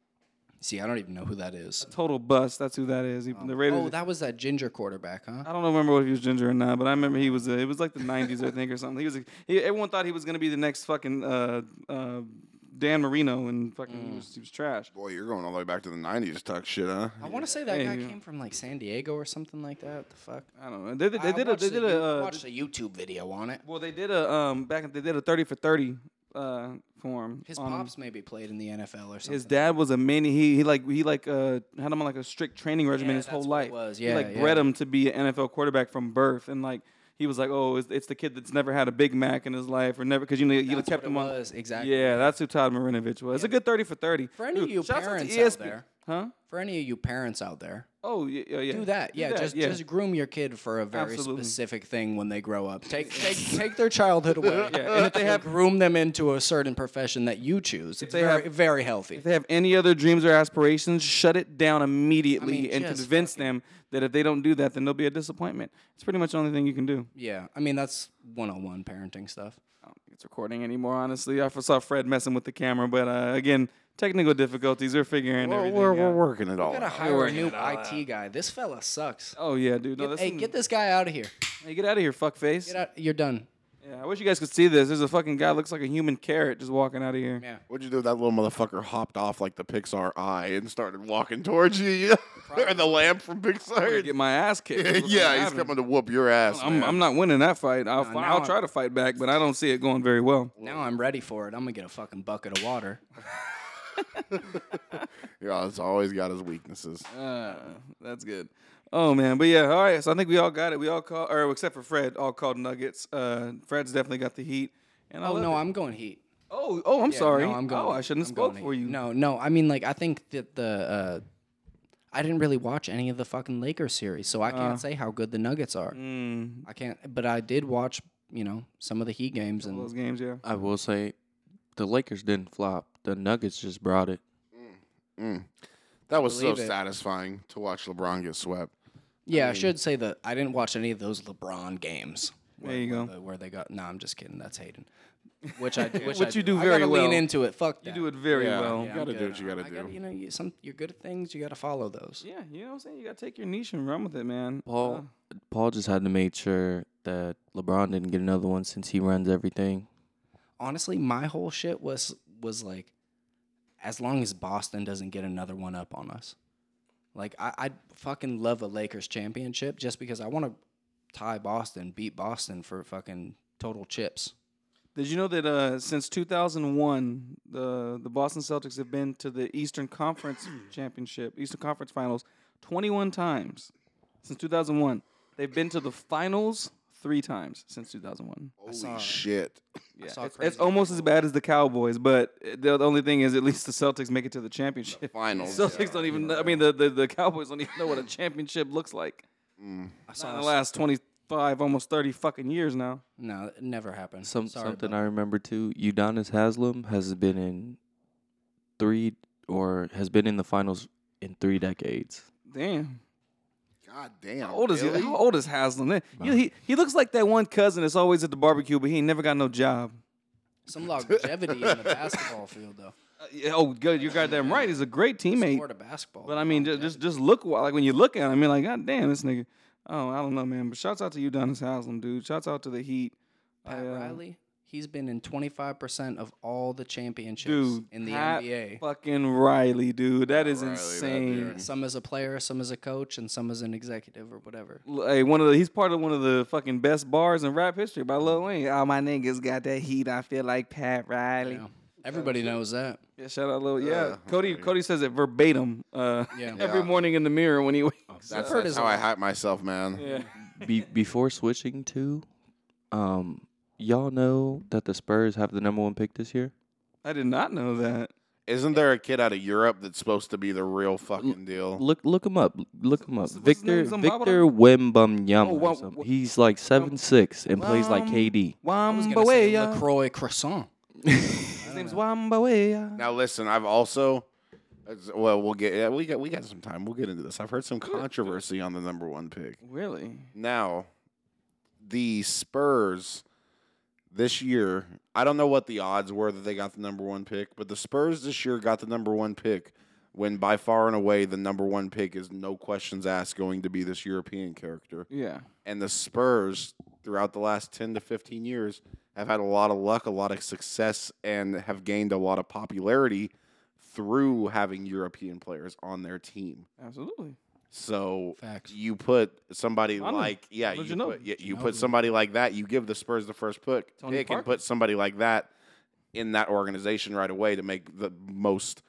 Speaker 4: See, I don't even know who that is.
Speaker 2: Total bust. That's who that is. He- the Raiders.
Speaker 4: Oh, that was that ginger quarterback, huh?
Speaker 2: I don't remember if he was ginger or not, but I remember he was. Uh, it was like the '90s, I think, or something. He was. A, he, everyone thought he was gonna be the next fucking uh, uh, Dan Marino, and fucking
Speaker 4: Mm.
Speaker 2: he, was, he was trash.
Speaker 3: Boy, you're going all the way back to the '90s, to talk shit, huh?
Speaker 4: I want to say that
Speaker 2: Hey,
Speaker 4: guy
Speaker 2: you-
Speaker 4: came from like San Diego or something like that. The fuck?
Speaker 2: I don't know. They, did- they
Speaker 4: I
Speaker 2: did. A,
Speaker 4: watched
Speaker 2: they
Speaker 4: the
Speaker 2: did a.
Speaker 4: You-
Speaker 2: Uh,
Speaker 4: watched a YouTube video on it.
Speaker 2: well, they did a um back. They did a 30 for 30 uh for him.
Speaker 4: His
Speaker 2: on him.
Speaker 4: pops maybe played in the NFL or something.
Speaker 2: His dad was a mini. He he like he like uh had him on like a strict training regimen
Speaker 4: Yeah,
Speaker 2: his whole
Speaker 4: that's what
Speaker 2: life.
Speaker 4: it was.
Speaker 2: he
Speaker 4: Yeah,
Speaker 2: like bred
Speaker 4: yeah.
Speaker 2: him to be an NFL quarterback from birth, and like he was like, oh, it's, it's the kid that's never had a Big Mac in his life, or never because you know you
Speaker 4: That's
Speaker 2: kept
Speaker 4: what it
Speaker 2: him on.
Speaker 4: was, exactly.
Speaker 2: Yeah, that's who Todd Marinovich was. It's a good thirty for thirty.
Speaker 4: For any of you
Speaker 2: shouts out to
Speaker 4: parents out
Speaker 2: ESP
Speaker 4: there.
Speaker 2: huh?
Speaker 4: For any of you parents out there,
Speaker 2: Oh yeah, yeah, yeah.
Speaker 4: do that. Yeah, just just groom your kid for a very
Speaker 2: Absolutely.
Speaker 4: specific thing when they grow up. Take take take their childhood away.
Speaker 2: Yeah, and if they
Speaker 4: and
Speaker 2: have-
Speaker 4: groom them into a certain profession that you choose. It's
Speaker 2: they
Speaker 4: very,
Speaker 2: have-
Speaker 4: very healthy.
Speaker 2: If they have any other dreams or aspirations, shut it down immediately
Speaker 4: mean,
Speaker 2: and
Speaker 4: just
Speaker 2: convince them that if they don't do that, then they'll be a disappointment. It's pretty much the only thing you can do.
Speaker 4: yeah, I mean that's one on one parenting stuff.
Speaker 2: I don't think it's recording anymore, honestly. I f- saw Fred messing with the camera, but uh, again, technical difficulties. They're figuring
Speaker 3: We're,
Speaker 2: everything
Speaker 3: we're,
Speaker 2: out.
Speaker 3: we're working it all.
Speaker 4: gotta
Speaker 3: out.
Speaker 4: hire a new IT guy. This fella sucks.
Speaker 2: Oh yeah, dude. No,
Speaker 4: Get-
Speaker 2: that's
Speaker 4: hey, get this guy out of here.
Speaker 2: Hey, get out of here, fuckface.
Speaker 4: Get out. You're done.
Speaker 2: Yeah, I wish you guys could see this. There's a fucking guy looks like a human carrot just walking out of here.
Speaker 4: Yeah.
Speaker 3: What'd you do? That little motherfucker hopped off like the Pixar eye and started walking towards you. and the lamp from
Speaker 2: Gonna
Speaker 3: Pixar.
Speaker 2: Get my ass kicked. That's what's
Speaker 3: yeah,
Speaker 2: gonna
Speaker 3: he's
Speaker 2: happen.
Speaker 3: coming to whoop your ass.
Speaker 2: I'm,
Speaker 3: man.
Speaker 2: I'm not winning that fight. I'll,
Speaker 4: No,
Speaker 2: I'll
Speaker 4: no.
Speaker 2: try to fight back, but I don't see it going very well.
Speaker 4: Now I'm ready for it. I'm gonna get a fucking bucket of water. Oh,
Speaker 3: Yeah, it's always got his weaknesses.
Speaker 2: Uh, that's good. Oh man, but yeah, all right. So I think we all got it. We all call, or except for Fred, all called Nuggets. Uh, Fred's definitely got the heat. And I
Speaker 4: Oh
Speaker 2: love
Speaker 4: no,
Speaker 2: it.
Speaker 4: I'm going heat.
Speaker 2: Oh, oh, I'm
Speaker 4: Yeah,
Speaker 2: sorry.
Speaker 4: No, I'm going.
Speaker 2: oh, I shouldn't have
Speaker 4: I'm
Speaker 2: spoke
Speaker 4: going
Speaker 2: for
Speaker 4: heat.
Speaker 2: you.
Speaker 4: No, no. I mean, like, I think that the uh, I didn't really watch any of the fucking Lakers series, so I
Speaker 2: Uh.
Speaker 4: can't say how good the Nuggets are.
Speaker 2: Mm,
Speaker 4: I can't, but I did watch, you know, some of the Heat games, and
Speaker 2: those games, yeah.
Speaker 1: I will say, the Lakers didn't flop. The Nuggets just brought it.
Speaker 3: That was so
Speaker 4: Believe it.
Speaker 3: satisfying to watch LeBron get swept.
Speaker 4: yeah, I, should say that I didn't watch any of those LeBron games. Where,
Speaker 2: There you
Speaker 4: where
Speaker 2: go.
Speaker 4: the- where they got? No, I'm just kidding. That's Hayden. Which I which, I
Speaker 2: Which you do
Speaker 4: I
Speaker 2: very
Speaker 4: gotta
Speaker 2: well.
Speaker 4: Lean into it. Fuck that.
Speaker 2: You do it very
Speaker 3: Yeah,
Speaker 2: well.
Speaker 3: you
Speaker 2: Yeah.
Speaker 3: gotta
Speaker 4: I'm
Speaker 3: do
Speaker 4: good.
Speaker 3: what you gotta
Speaker 4: I
Speaker 3: do.
Speaker 4: you know, you, some you're good at things. You gotta follow those.
Speaker 2: you know what I'm saying. You gotta take your niche and run with it, man. Uh,
Speaker 1: Paul Paul just had to make sure that LeBron didn't get another one since he runs everything.
Speaker 4: honestly, my whole shit was was like, as long as Boston doesn't get another one up on us, like I, I'd fucking love a Lakers championship just because I want to tie Boston, beat Boston for fucking total chips.
Speaker 2: Did you know that uh, since 2001, the the Boston Celtics have been to the Eastern Conference Championship, Eastern Conference Finals, 21 times since 2001. They've been to the finals three times since 2001.
Speaker 3: Holy shit.
Speaker 2: Yeah,
Speaker 4: Oh, saw
Speaker 2: it's,
Speaker 4: crazy
Speaker 2: it's almost as bad as the Cowboys, but the, the only thing is, at least the Celtics make it to the championship.
Speaker 3: Finals.
Speaker 2: Celtics don't even. know- I mean, the, the the Cowboys don't even know what a championship looks like.
Speaker 4: I
Speaker 2: Not
Speaker 4: saw
Speaker 2: in the last 25, almost 30 fucking years now.
Speaker 4: no, it never happened.
Speaker 1: Some
Speaker 4: Sorry
Speaker 1: something
Speaker 4: about-
Speaker 1: I remember too. Udonis Haslam has been in three or has been in the finals in three decades.
Speaker 2: Damn.
Speaker 3: God damn.
Speaker 2: How old is
Speaker 3: really?
Speaker 2: he? How old is Haslam? Man, You know, he he looks like that one cousin that's always at the barbecue, but he ain't never got no job.
Speaker 4: some longevity in the basketball field though.
Speaker 2: Uh, yeah, oh, good, you're goddamn right. He's a great teammate.
Speaker 4: Sport of basketball.
Speaker 2: But I mean, just just, just look wa- like when you look at him, you're like, God damn, this nigga. Oh, I don't know, man. But shouts out to you, Udonis Haslam, dude. Shouts out to the Heat.
Speaker 4: Pat
Speaker 2: I, uh,
Speaker 4: Riley, he's been in 25 percent of all the championships
Speaker 2: dude,
Speaker 4: in the
Speaker 2: Pat
Speaker 4: NBA.
Speaker 2: Fucking Riley, dude. That is
Speaker 3: Riley, that
Speaker 2: insane.
Speaker 3: dude.
Speaker 4: Mm-hmm. Some as a player, some as a coach, and some as an executive or whatever.
Speaker 2: L- Hey, one of the he's part of one of the fucking best bars in rap history by Lil Wayne. All my niggas got that heat. I feel like Pat Riley.
Speaker 4: Yeah. Everybody knows that.
Speaker 2: Yeah, shout out Lil. Yeah, Cody. Cody says it verbatim. Uh,
Speaker 4: Yeah.
Speaker 2: every
Speaker 3: Yeah.
Speaker 2: morning in the mirror when he wakes.
Speaker 3: That's,
Speaker 4: I've heard
Speaker 3: that's
Speaker 4: his
Speaker 3: how I
Speaker 4: line.
Speaker 3: hype myself, man.
Speaker 2: Yeah.
Speaker 1: Be, before switching to, um, y'all know that the Spurs have the number one pick this year.
Speaker 2: I did not know that.
Speaker 3: Isn't there a kid out of Europe that's supposed to be the real fucking deal?
Speaker 1: Look look him up. Look him up.
Speaker 2: what's his name?
Speaker 1: Victor
Speaker 2: Some
Speaker 1: Victor Wembanyama.
Speaker 2: Oh, Wa-
Speaker 1: or something.
Speaker 2: Wa-
Speaker 1: He's like
Speaker 4: um,
Speaker 1: seven six and plays like
Speaker 2: Wam-
Speaker 1: KD.
Speaker 2: Um,
Speaker 4: gonna say
Speaker 2: Wambawea.
Speaker 4: LaCroix croissant.
Speaker 2: His name's Wambawea.
Speaker 3: Now listen, I've also it's- well, we'll get yeah, we got we got some time. We'll get into this. I've heard some controversy on the number one pick.
Speaker 2: Really?
Speaker 3: Now, the Spurs this year, I don't know what the odds were that they got the number one pick, but the Spurs this year got the number one pick when by far and away the number one pick is no questions asked going to be this European character.
Speaker 2: Yeah.
Speaker 3: And the Spurs throughout the last 10 to 15 years have had a lot of luck, a lot of success, and have gained a lot of popularity through having European players on their team.
Speaker 2: Absolutely.
Speaker 3: So
Speaker 4: Facts.
Speaker 3: you put somebody
Speaker 2: Manu.
Speaker 3: like yeah,
Speaker 2: But
Speaker 3: you
Speaker 2: Ginobili.
Speaker 3: put, yeah, you put somebody like that. You give the Spurs the first pick,
Speaker 2: Tony
Speaker 3: pick
Speaker 2: Parker.
Speaker 3: and put somebody like that in that organization right away to make the most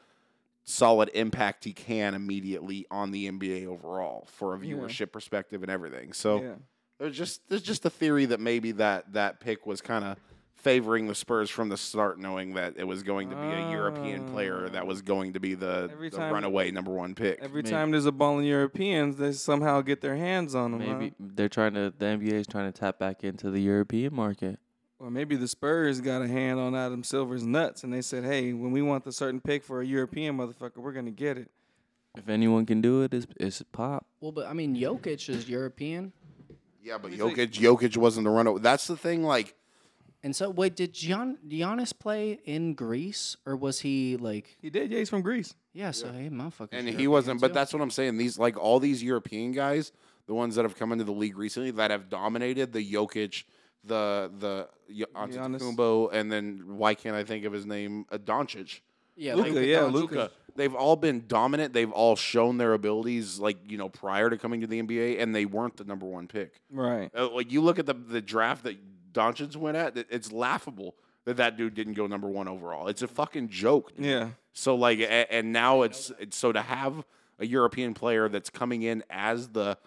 Speaker 3: solid impact he can immediately on the NBA overall for a
Speaker 2: Yeah.
Speaker 3: viewership perspective and everything. So
Speaker 2: Yeah.
Speaker 3: there's just there's just a theory that maybe that that pick was kind of favoring the Spurs from the start, knowing that it was going to be a European player that was going to be the,
Speaker 2: Ah. Every
Speaker 3: the
Speaker 2: time-
Speaker 3: runaway number one pick.
Speaker 2: Every
Speaker 1: Maybe.
Speaker 2: time there's a ball in Europeans, they somehow get their hands on them.
Speaker 1: Maybe they're trying to the NBA is trying to tap back into the European market.
Speaker 2: Or maybe the Spurs got a hand on Adam Silver's nuts, and they said, "Hey, when we want the certain pick for a European motherfucker, we're gonna get it."
Speaker 1: If anyone can do it, it's, it's Pop.
Speaker 4: Well, but I mean, Jokic is European.
Speaker 3: Yeah, but Jokic, Jokic wasn't the runaway. That's the thing. Like,
Speaker 4: And so, wait, did Gian, Giannis play in Greece or was he like,
Speaker 2: He did. Yeah, he's from Greece.
Speaker 4: yeah, so hey, motherfucker.
Speaker 3: And he wasn't, but that's what I'm saying. These like all these European guys, the ones that have come into the league recently that have dominated the Jokic, the the Yo- Antetokounmpo, and then why can't I think of his name? Uh, Doncic.
Speaker 4: yeah,
Speaker 2: Luka, yeah,
Speaker 4: Doncic.
Speaker 2: Luka.
Speaker 3: Luka. They've all been dominant. They've all shown their abilities, like you know, prior to coming to the NBA, and they weren't the number one pick.
Speaker 2: Right.
Speaker 3: Uh, like you look at the the draft that Doncic went at, it- it's laughable that that dude didn't go number one overall. It's a fucking joke. dude.
Speaker 2: Yeah.
Speaker 3: So like, a- and now it's, it's so to have a European player that's coming in as the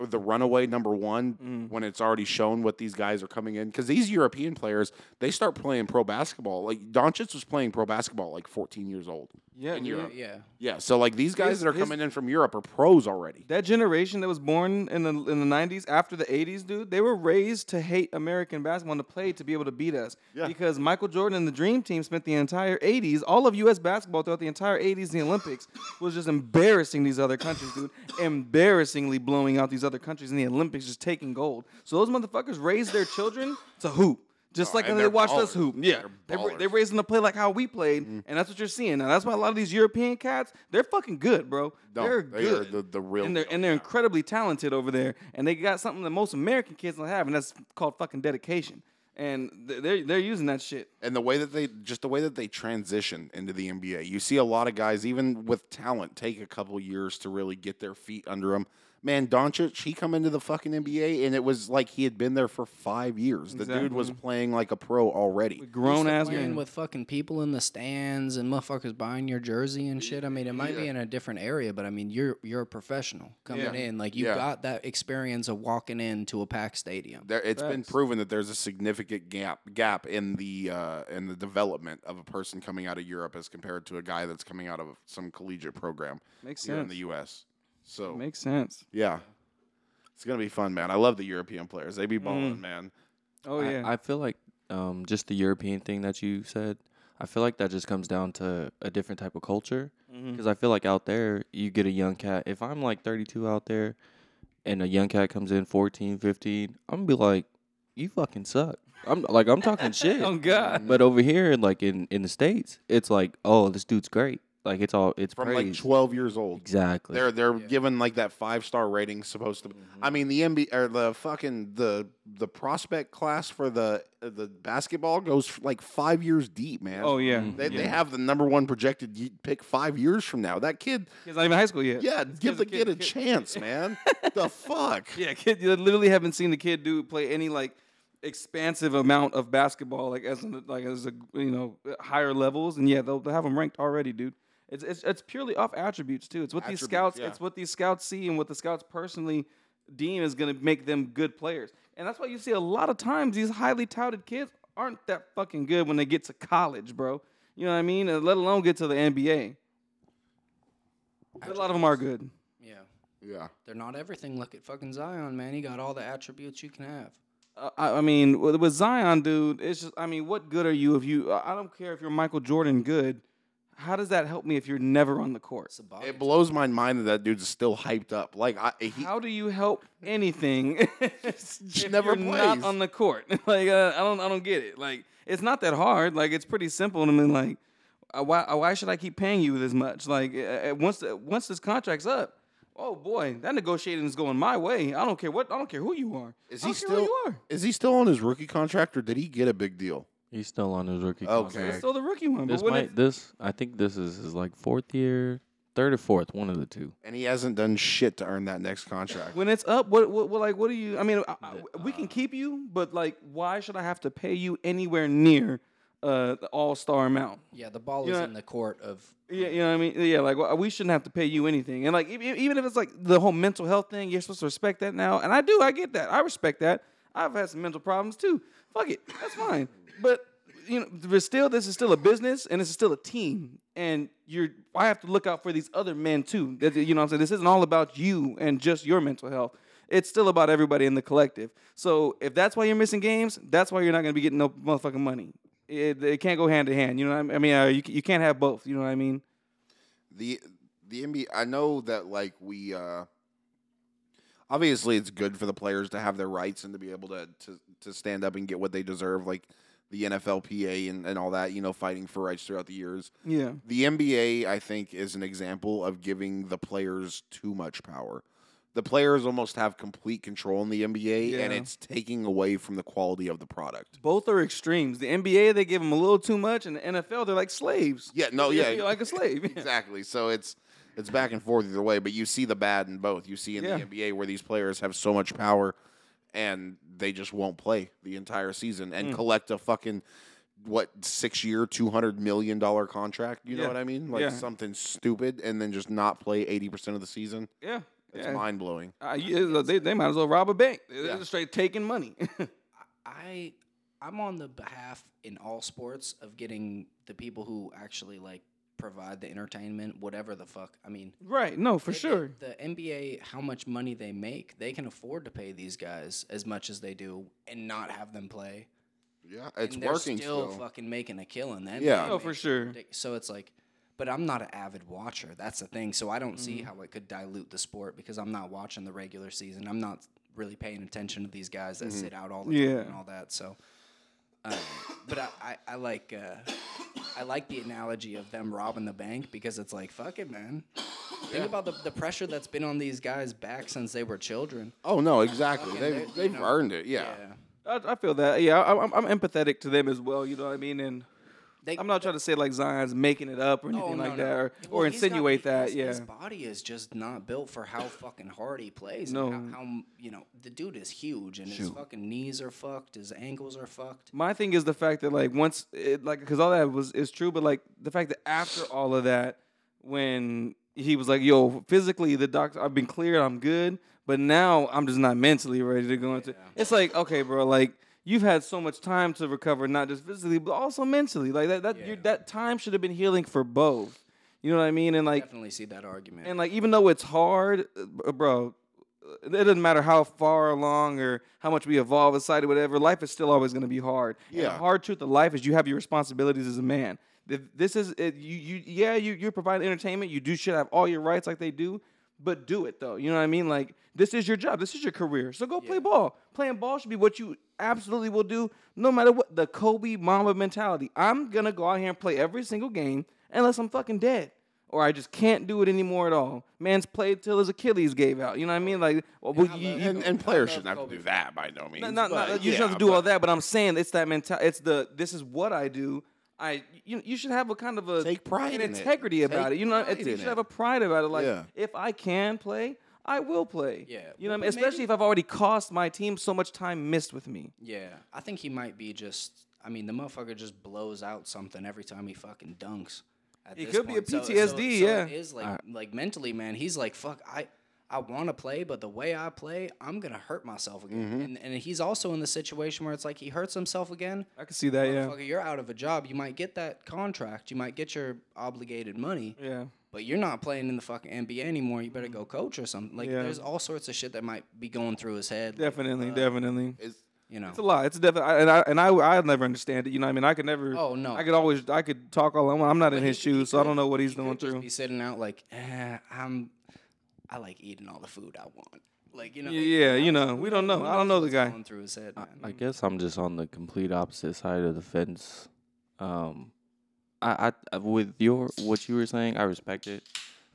Speaker 3: the runaway number one
Speaker 2: Mm.
Speaker 3: when it's already shown what these guys are coming in because these European players they start playing pro basketball. Like Doncic was playing pro basketball at, like 14 years old.
Speaker 2: Yeah.
Speaker 3: in
Speaker 2: yeah.
Speaker 3: Europe.
Speaker 4: Yeah.
Speaker 3: Yeah, so like these guys
Speaker 2: His-
Speaker 3: that are
Speaker 2: his-
Speaker 3: coming in from Europe are pros already.
Speaker 2: That generation that was born in the in the '90s after the '80s, dude, they were raised to hate American basketball and to play to be able to beat us.
Speaker 3: Yeah.
Speaker 2: Because Michael Jordan and the Dream Team spent the entire '80s, all of U.S. basketball throughout the entire '80s, and the Olympics was just embarrassing these other countries, dude. Embarrassingly blowing out these other countries in the Olympics, just taking gold. So those motherfuckers raised their children to hoop. Just
Speaker 3: Oh,
Speaker 2: like
Speaker 3: and
Speaker 2: when they
Speaker 3: they're
Speaker 2: watched us
Speaker 3: ballers.
Speaker 2: hoop, yeah, they
Speaker 3: They're
Speaker 2: ra- they
Speaker 3: ballers.
Speaker 2: raised them to play like how we played,
Speaker 3: Mm.
Speaker 2: and that's what you're seeing now. That's why a lot of these European cats, they're fucking good, bro.
Speaker 3: No,
Speaker 2: they're
Speaker 3: they are
Speaker 2: good
Speaker 3: the- the real
Speaker 2: and they're
Speaker 3: deal,
Speaker 2: and they're
Speaker 3: yeah.
Speaker 2: incredibly talented over there, and they got something that most American kids don't have, and that's called fucking dedication. And th- they're they're using that shit.
Speaker 3: and the way that they just the way that they transition into the NBA. You see a lot of guys, even with talent, take a couple years to really get their feet under them. Man, Doncic, he come into the fucking NBA, and it was like he had been there for five years. The dude was playing like a pro already.
Speaker 2: Grown ass
Speaker 4: Playing
Speaker 2: man.
Speaker 4: with fucking people in the stands and motherfuckers buying your jersey and shit. I mean, it might be in a different area, but I mean, you're you're a professional coming
Speaker 2: Yeah.
Speaker 4: in. Like you
Speaker 3: Yeah.
Speaker 4: got that experience of walking into a packed stadium.
Speaker 3: There, it's been
Speaker 2: Facts.
Speaker 3: proven that there's a significant gap gap in the uh, in the development of a person coming out of Europe as compared to a guy that's coming out of some collegiate program
Speaker 2: Makes
Speaker 3: here in
Speaker 2: sense.
Speaker 3: the U.S. So
Speaker 2: Makes sense.
Speaker 3: yeah, it's gonna be fun, man. I love the European players; they be
Speaker 2: Mm-hmm.
Speaker 3: balling, man.
Speaker 2: Oh
Speaker 1: I-
Speaker 2: yeah.
Speaker 1: I, feel like um, just the European thing that you said. I feel like that just comes down to a different type of culture.
Speaker 2: Mm-hmm.
Speaker 1: Because I feel like out there, you get a young cat. If I'm like 32 out there, and a young cat comes in 14, 15, I'm gonna be like, "You fucking suck." I'm like, I'm talking shit.
Speaker 2: oh god.
Speaker 1: But over here, like in in the states, it's like, "Oh, this dude's great." Like it's all it's
Speaker 3: from like
Speaker 1: praise.
Speaker 3: 12 years old.
Speaker 1: exactly.
Speaker 3: They're they're given like that five star rating supposed to. Be.
Speaker 2: Mm-hmm.
Speaker 3: I mean the NBA or the fucking the the prospect class for the the basketball goes f- like five years deep, man.
Speaker 2: Oh yeah.
Speaker 3: They, they have the number one projected y- pick five years from now. That kid,
Speaker 2: He's not even in high school yet.
Speaker 3: yeah, give
Speaker 2: kid's
Speaker 3: the
Speaker 2: a kid-
Speaker 3: kid a
Speaker 2: kid-
Speaker 3: chance, man. the fuck.
Speaker 2: Yeah, kid. You literally haven't seen the kid do play any like expansive amount of basketball like as in, like as a you know higher levels, and yeah, they'll, they'll have them ranked already, dude. It's, it's, it's purely off attributes too. It's what these
Speaker 3: Attributes,
Speaker 2: scouts.
Speaker 3: yeah.
Speaker 2: It's what these scouts see and what the scouts personally deem is going to make them good players. And that's why you see a lot of times these highly touted kids aren't that fucking good when they get to college, bro. You know what I mean? Uh, Let alone get to the NBA. But A lot of them are good.
Speaker 4: Yeah,
Speaker 3: Yeah.
Speaker 4: they're not everything. Look at fucking Zion, man. He got all the attributes you can have.
Speaker 2: Uh, I, I mean, with, with Zion, dude, it's just, I mean, what good are you if you, I I don't care if you're Michael Jordan good. How does that help me if you're never on the court?
Speaker 4: It's a body.
Speaker 3: It blows my mind that that dude's still hyped up. Like I, he,
Speaker 2: How do you help anything if
Speaker 3: never
Speaker 2: you're not
Speaker 3: plays.
Speaker 2: on the court? like, uh, I don't, I don't get it. Like, it's not that hard. Like, it's pretty simple. I mean, like, uh, why, uh, why should I keep paying you this much? Like, uh, uh, once, uh, once this contract's up, oh boy, that negotiating is going my way. I don't care what, I don't care who you are.
Speaker 3: is
Speaker 2: I
Speaker 3: he
Speaker 2: don't care who
Speaker 3: still?
Speaker 2: you are.
Speaker 3: Is he still on his rookie contract, or did he get a big deal?
Speaker 1: He's still on his rookie.
Speaker 3: Okay.
Speaker 1: contract.
Speaker 2: It's still the rookie one.
Speaker 1: This
Speaker 2: but when
Speaker 1: might
Speaker 2: it's-
Speaker 1: this I think this is his like fourth year, third or fourth, one of the two.
Speaker 3: And he hasn't done shit to earn that next contract.
Speaker 2: when it's up, what, what, what like, what do you? I mean, I, I- we can keep you, but like, why should I have to pay you anywhere near uh, the All Star amount?
Speaker 4: yeah, the ball
Speaker 2: You
Speaker 4: is
Speaker 2: know-
Speaker 4: in the court of.
Speaker 2: Yeah, you know what I mean. Yeah, like wh- we shouldn't have to pay you anything. And like, e- e- even if it's like the whole mental health thing, you're supposed to respect that now. And I do, I get that, I respect that. I've had some mental problems too. Fuck it, that's fine. But you know, but still, this is still a business, and this is still a team. And you're, I have to look out for these other men too. That- You know, what I'm saying this isn't all about you and just your mental health. It's still about everybody in the collective. So if that's why you're missing games, that's why you're not gonna be getting no motherfucking money. It, it can't go hand to hand. You know what I mean? I mean, uh, you, c- you can't have both. You know what I mean?
Speaker 3: the the NBA. I know that like we. uh obviously it's good for the players to have their rights and to be able to to, to stand up and get what they deserve, like the NFLPA and, and all that, you know, fighting for rights throughout the years.
Speaker 2: Yeah.
Speaker 3: The NBA, I think, is an example of giving the players too much power. The players almost have complete control in the NBA, and
Speaker 2: Yeah.
Speaker 3: it's taking away from the quality of the product.
Speaker 2: Both are extremes. The NBA they give them a little too much, and the NFL they're like slaves.
Speaker 3: Yeah, no,
Speaker 2: They
Speaker 3: yeah,
Speaker 2: feel like a slave.
Speaker 3: exactly. So it's it's back and forth either way, but you see the bad in both. You see in
Speaker 2: Yeah.
Speaker 3: the NBA where these players have so much power and they just won't play the entire season
Speaker 2: Mm.
Speaker 3: and collect a fucking what six year two hundred million dollar contract. You know
Speaker 2: Yeah.
Speaker 3: what I mean? Like
Speaker 2: Yeah.
Speaker 3: something stupid and then just not play eighty percent of the season.
Speaker 2: Yeah.
Speaker 3: It's
Speaker 2: yeah.
Speaker 3: mind blowing.
Speaker 2: Uh, you- they, they might as well rob a bank. They're
Speaker 3: Yeah.
Speaker 2: just straight taking money.
Speaker 4: I I'm on the behalf in all sports of getting the people who actually like provide the entertainment, whatever the fuck. I mean,
Speaker 2: right. No, for
Speaker 4: the-
Speaker 2: sure.
Speaker 4: The NBA, how much money they make, they can afford to pay these guys as much as they do and not have them play.
Speaker 3: Yeah, it's
Speaker 4: and they're
Speaker 3: working
Speaker 4: still,
Speaker 3: still.
Speaker 4: fucking making a killing. Then
Speaker 3: Yeah.
Speaker 2: Oh, for sure.
Speaker 4: So it's like, but I'm not an avid watcher. That's the thing. So I don't
Speaker 2: Mm-hmm.
Speaker 4: see how it could dilute the sport because I'm not watching the regular season. I'm not really paying attention to these guys
Speaker 3: Mm-hmm.
Speaker 4: that sit out all the time
Speaker 2: Yeah.
Speaker 4: and all that. So, um, but I, I, I like. Uh, I like the analogy of them robbing the bank because it's like, fuck it, man. Think about the, the pressure that's been on these guys' back since they were children.
Speaker 3: oh no, exactly. They
Speaker 4: they're- you
Speaker 3: they've
Speaker 4: know,
Speaker 3: earned it. Yeah.
Speaker 2: I, I feel that. Yeah, I, I'm, I'm empathetic to them as well. You know what I mean? And
Speaker 4: They,
Speaker 2: I'm not trying to say like Zion's making it up or anything
Speaker 4: Oh,
Speaker 2: like
Speaker 4: no, no.
Speaker 2: that, or,
Speaker 4: Well,
Speaker 2: or
Speaker 4: he's got-
Speaker 2: insinuate that.
Speaker 4: his-
Speaker 2: Yeah.
Speaker 4: his body is just not built for how fucking hard he plays. and
Speaker 2: No.
Speaker 4: how, how m- you know the dude is huge and his fucking knees are fucked, his ankles are fucked.
Speaker 2: My thing is the fact that like once it like because all that was is true, but like the fact that after all of that, when he was like, "Yo, physically the doctor, I've been cleared, I'm good," but now I'm just not mentally ready to go into. It's like okay, bro, like you've had so much time to recover, not just physically but also mentally. Like that that you that time should have been healing for both. You know what I mean? And like
Speaker 4: Definitely see that argument.
Speaker 2: and like even though it's hard, uh, b- bro, it doesn't matter how far along or how much we evolve aside or whatever. Life is still always going to be hard. And the
Speaker 3: Yeah.
Speaker 2: hard truth of life is you have your responsibilities as a man. Th- This is it, you. You yeah. You you're providing entertainment. You do should have all your rights like they do, but do it though. You know what I mean? Like this is your job. This is your career. So go play ball. Playing ball should be what you absolutely will do, no matter what. The Kobe Mamba mentality. I'm gonna go out here and play every single game unless I'm fucking dead or I just can't do it anymore at all. Man's played till his Achilles gave out. You know what I mean? Like, well, you, you,
Speaker 3: And, and players shouldn't have to do that by no means.
Speaker 2: not, not, not,
Speaker 3: but
Speaker 2: you shouldn't have to do
Speaker 3: yeah,
Speaker 2: all that. But I'm saying it's that mentality. It's the this is what I do. I you, you should have a kind of a
Speaker 3: Take pride
Speaker 2: an
Speaker 3: in it.
Speaker 2: integrity about
Speaker 3: Take
Speaker 2: it. You know,
Speaker 3: pride
Speaker 2: it's, you
Speaker 3: in
Speaker 2: should
Speaker 3: it.
Speaker 2: have a pride about it. Like,
Speaker 3: Yeah.
Speaker 2: if I can play, I will play.
Speaker 4: Yeah.
Speaker 2: you know, what I
Speaker 4: Well,
Speaker 2: mean?
Speaker 4: but
Speaker 2: especially
Speaker 4: maybe-
Speaker 2: if I've already cost my team so much time missed with me.
Speaker 4: yeah, I think he might be just. I mean, the motherfucker just blows out something every time he fucking dunks. At
Speaker 2: It
Speaker 4: this
Speaker 2: could be a
Speaker 4: point. So- so-
Speaker 2: PTSD,
Speaker 4: so
Speaker 2: yeah.
Speaker 4: it is like like mentally, man. He's like, fuck, I I want to play, but the way I play, I'm gonna hurt myself again.
Speaker 2: Mm-hmm.
Speaker 4: And and he's also in the situation where it's like he hurts himself again.
Speaker 2: I can see that. Yeah,
Speaker 4: Motherfucker, you're out of a job. You might get that contract. You might get your obligated money,
Speaker 2: yeah. Mm-hmm.
Speaker 4: but you're not playing in the fucking NBA anymore. You better go coach or something. Like,
Speaker 2: Yeah.
Speaker 4: there's all sorts of shit that might be going through his head. like,
Speaker 2: Definitely, definitely.
Speaker 3: it's-
Speaker 4: you know.
Speaker 2: It's a lot. It's definitely, and I and I I never understand it. You know, what I mean, I could never.
Speaker 4: Oh, no.
Speaker 2: I could always I could talk all I want. I'm not in
Speaker 4: he
Speaker 2: his
Speaker 4: could- he
Speaker 2: shoes, so I
Speaker 4: could-
Speaker 2: don't know what he's
Speaker 4: he
Speaker 2: going
Speaker 4: could just
Speaker 2: through.
Speaker 4: Be sitting out like, eh, I'm, I like eating all the food I want. Like you know.
Speaker 2: Yeah, you know, we don't know.
Speaker 4: who
Speaker 2: I don't know the
Speaker 4: knows
Speaker 2: guy.
Speaker 4: what's Going through his head, man.
Speaker 1: I guess I'm just on the complete opposite side of the fence. Um, I, I uh, with your what you were saying, I respect it.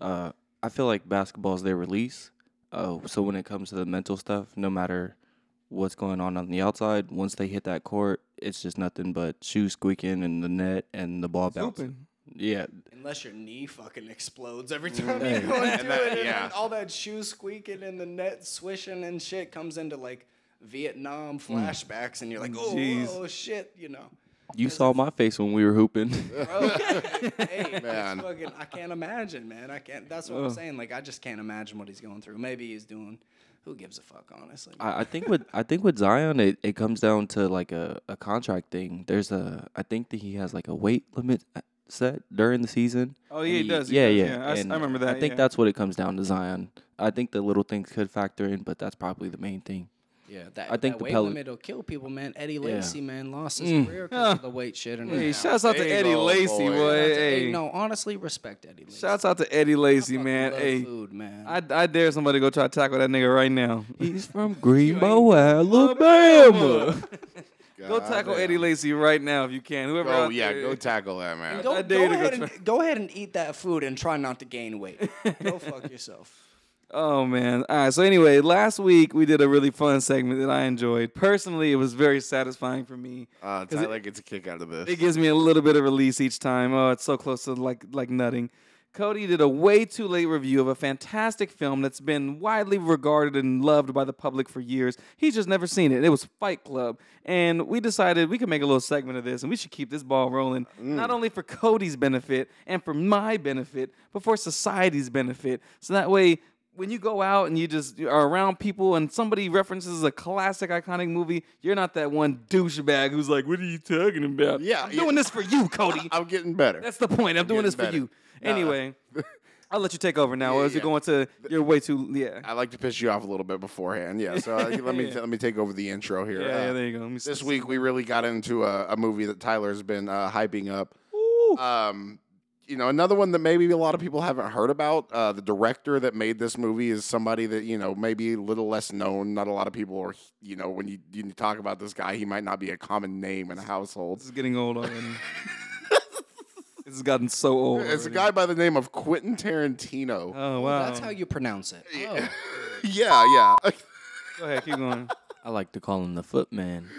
Speaker 1: Uh, I feel like basketball's their release. Uh, so when it comes to the mental stuff, no matter what's going on on the outside, once they hit that court, it's just nothing but shoes squeaking and the net and the ball bouncing.
Speaker 2: Open.
Speaker 1: Yeah,
Speaker 4: Unless your knee fucking explodes every time you go and do it, and
Speaker 3: yeah.
Speaker 4: all that shoe squeaking and the net swishing and shit comes into like Vietnam flashbacks, and you're like, oh,
Speaker 2: Mm. Jeez.
Speaker 4: oh shit, you know.
Speaker 1: you saw my face when we were hooping.
Speaker 4: Hey, it's
Speaker 3: Man.
Speaker 4: fucking, I can't imagine, man. I can't. That's what I'm saying. Like, I just can't imagine what he's going through. Maybe he's doing. Who gives a fuck, honestly?
Speaker 1: I, I think with I think with Zion it, it comes down to like a, a contract thing. There's a I think that he has like a weight limit uh, set during the season.
Speaker 2: Oh,
Speaker 1: and
Speaker 2: yeah, he does, he
Speaker 1: yeah,
Speaker 2: does,
Speaker 1: yeah.
Speaker 2: yeah. I s- I
Speaker 1: and
Speaker 2: remember that,
Speaker 1: I think
Speaker 2: yeah.
Speaker 1: that's what it comes down to Zion. I think the little things could factor in, but that's probably the main thing.
Speaker 4: Yeah, that
Speaker 1: I think
Speaker 4: that
Speaker 1: the
Speaker 4: weight
Speaker 1: Peli-
Speaker 4: limit will kill people, man. Eddie Lacy, man, lost his career because of the weight shit. And
Speaker 2: Mm. Hey,
Speaker 4: now-
Speaker 2: shouts out to
Speaker 3: Big
Speaker 2: Eddie
Speaker 3: old
Speaker 2: Lacey,
Speaker 3: boy.
Speaker 2: boy.
Speaker 4: Hey,
Speaker 2: Hey,
Speaker 4: no, honestly, respect Eddie Lacy.
Speaker 2: shouts out to Eddie Lacey,
Speaker 4: Fucking
Speaker 2: man.
Speaker 4: love
Speaker 2: Hey,
Speaker 4: food, man.
Speaker 2: I, I dare somebody to go try to tackle that nigga right now.
Speaker 1: He's from Greenbow, Alabama.
Speaker 2: Go
Speaker 3: God
Speaker 2: tackle
Speaker 3: Ah, damn.
Speaker 2: Eddie Lacey right now if you can. Whoever.
Speaker 3: Go,
Speaker 2: out
Speaker 3: Oh, yeah,
Speaker 2: there-
Speaker 3: go tackle that man.
Speaker 4: go,
Speaker 2: I
Speaker 4: go
Speaker 2: dare you to go
Speaker 4: ahead
Speaker 2: try-
Speaker 4: and, go ahead and eat that food and try not to gain weight. go fuck yourself.
Speaker 2: Oh man. All right. So anyway, last week we did a really fun segment that I enjoyed. Personally, it was very satisfying for me.
Speaker 3: Uh,
Speaker 2: 'Cause it-
Speaker 3: Tyler gets a kick out of this.
Speaker 2: It gives me a little bit of release each time. Oh, it's so close to like like nutting. Cody did a way too late review of a fantastic film that's been widely regarded and loved by the public for years. He's just never seen it. It was Fight Club. And we decided we could make a little segment of this and we should keep this ball rolling, not only for Cody's benefit and for my benefit, but for society's benefit. So that way, when you go out and you just are around people and somebody references a classic iconic movie, you're not that one douchebag who's like, "What are you talking about?"
Speaker 3: Yeah,
Speaker 2: I'm
Speaker 3: yeah.
Speaker 2: doing this for you, Cody.
Speaker 3: I'm getting better.
Speaker 2: E? That's the point. I'm doing
Speaker 3: getting
Speaker 2: this for
Speaker 3: better.
Speaker 2: you. Anyway, I'll let you take over now.
Speaker 3: Yeah,
Speaker 2: as you're
Speaker 3: yeah.
Speaker 2: going to, you're way too. Yeah.
Speaker 3: I like to piss you off a little bit beforehand. Yeah, so uh, let me let me take over the intro here.
Speaker 2: Yeah,
Speaker 3: Uh,
Speaker 2: yeah, there you go. Let me
Speaker 3: This
Speaker 2: see-
Speaker 3: week we really got into a, a movie that Tyler's been uh, hyping up. Um, you know, another one that maybe a lot of people haven't heard about. Uh, the director that made this movie is somebody that you know maybe a little less known. Not a lot of people are. You know, when you you talk about this guy, he might not be a common name in a household.
Speaker 2: This is getting old already. this has gotten so old.
Speaker 3: It's a
Speaker 2: already.
Speaker 3: guy by the name of Quentin Tarantino.
Speaker 2: Oh wow.
Speaker 4: That's how you pronounce it. Oh.
Speaker 3: yeah, yeah.
Speaker 2: Go ahead, keep going.
Speaker 1: I like to call him the footman.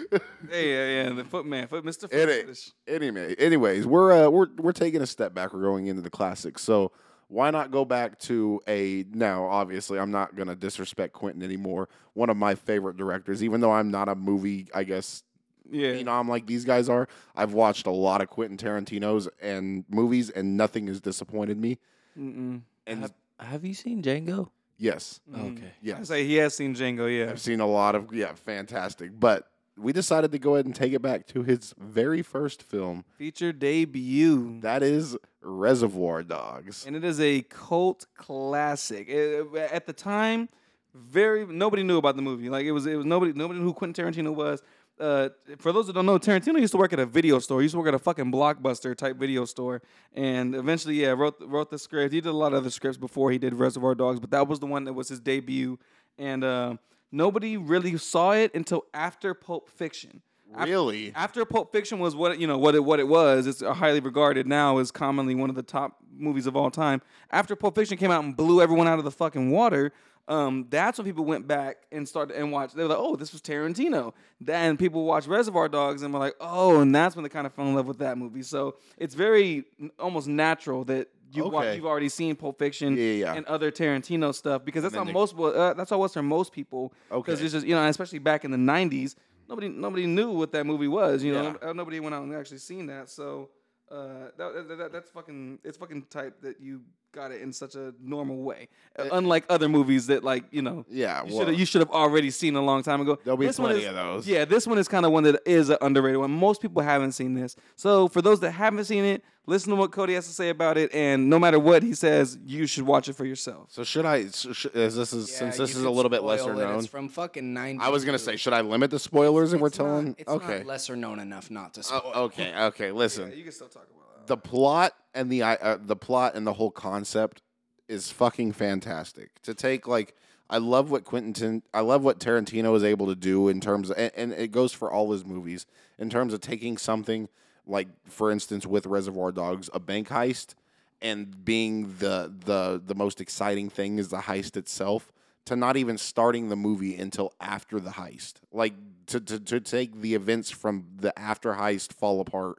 Speaker 2: hey, yeah, yeah. The footman, foot, Mr. Foot.
Speaker 3: It ain't. Anyway, anyways, we're uh, we're we're taking a step back. We're going into the classics. So why not go back to a now? Obviously, I'm not gonna disrespect Quentin anymore. One of my favorite directors, even though I'm not a movie, I guess
Speaker 2: Yeah.
Speaker 3: phenom like these guys are. I've watched a lot of Quentin Tarantino's and movies, and nothing has disappointed me.
Speaker 2: Mm-mm.
Speaker 3: And
Speaker 1: Have, have you seen Django?
Speaker 3: yes,
Speaker 2: Hmm.
Speaker 1: Okay.
Speaker 2: I
Speaker 3: yes,
Speaker 2: say he has seen Django. Yeah.
Speaker 3: I've seen a lot of yeah, fantastic. But we decided to go ahead and take it back to his very first film.
Speaker 2: Feature debut.
Speaker 3: That is Reservoir Dogs.
Speaker 2: and it is a cult classic. Eh, eh, at the time, very nobody knew about the movie. Like it was, it was nobody, nobody knew who Quentin Tarantino was. Uh, for those that don't know, Tarantino used to work at a video store. He used to work at a fucking blockbuster type video store, and eventually, yeah, wrote wrote the script. He did a lot of other scripts before he did Reservoir Dogs, but that was the one that was his debut, and uh, nobody really saw it until after Pulp Fiction. After-
Speaker 3: Really?
Speaker 2: after Pulp Fiction was what you know what it what it was. It's highly regarded now as commonly one of the top movies of all time. After Pulp Fiction came out and blew everyone out of the fucking water, um, that's when people went back and started and watched. They were like, "Oh, this was Tarantino." Then people watched Reservoir Dogs and were like, "Oh," and that's when they kind of fell in love with that movie. So it's very n- almost natural that. You have
Speaker 3: Okay.
Speaker 2: you've already seen Pulp Fiction
Speaker 3: Yeah, yeah, yeah.
Speaker 2: and other Tarantino stuff because that's how
Speaker 3: then they-
Speaker 2: most uh, that's how it was for most people. Because
Speaker 3: Okay.
Speaker 2: it's just you know, especially back in the '90s, nobody nobody knew what that movie was. You know,
Speaker 3: Yeah.
Speaker 2: No- nobody went out and actually seen that. So uh, that, that, that- that's fucking it's fucking tight that you got it in such a normal way, Uh, unlike other movies that like you know.
Speaker 3: Eh, Yeah,
Speaker 2: You
Speaker 3: well,
Speaker 2: should you should have already seen a long time ago.
Speaker 3: There'll be
Speaker 2: one
Speaker 3: plenty
Speaker 2: is-
Speaker 3: of those.
Speaker 2: Yeah, this one is kind of one that is an underrated one. Most people haven't seen this. So for those that haven't seen it, listen to what Cody has to say about it, and no matter what he says, you should watch it for yourself.
Speaker 3: so should I? so sh- Is this is
Speaker 4: Yeah,
Speaker 3: since
Speaker 4: you
Speaker 3: this is
Speaker 4: could
Speaker 3: a little bit
Speaker 4: spoil
Speaker 3: lesser
Speaker 4: it.
Speaker 3: known?
Speaker 4: It's from fucking 90.
Speaker 3: I was gonna say, should I limit the spoilers and we're telling?
Speaker 4: It's
Speaker 3: Okay,
Speaker 4: not lesser known enough not to spoil.
Speaker 3: Oh, okay, okay. Listen,
Speaker 2: You can still talk about
Speaker 3: the plot and the i- uh, the plot and the whole concept is fucking fantastic. To take like I love what Quentin Tin- I love what Tarantino is able to do in terms of, and, and it goes for all his movies in terms of taking something like for instance with Reservoir Dogs a bank heist and being the the the most exciting thing is the heist itself to not even starting the movie until after the heist. Like to to, to take the events from the after heist fall apart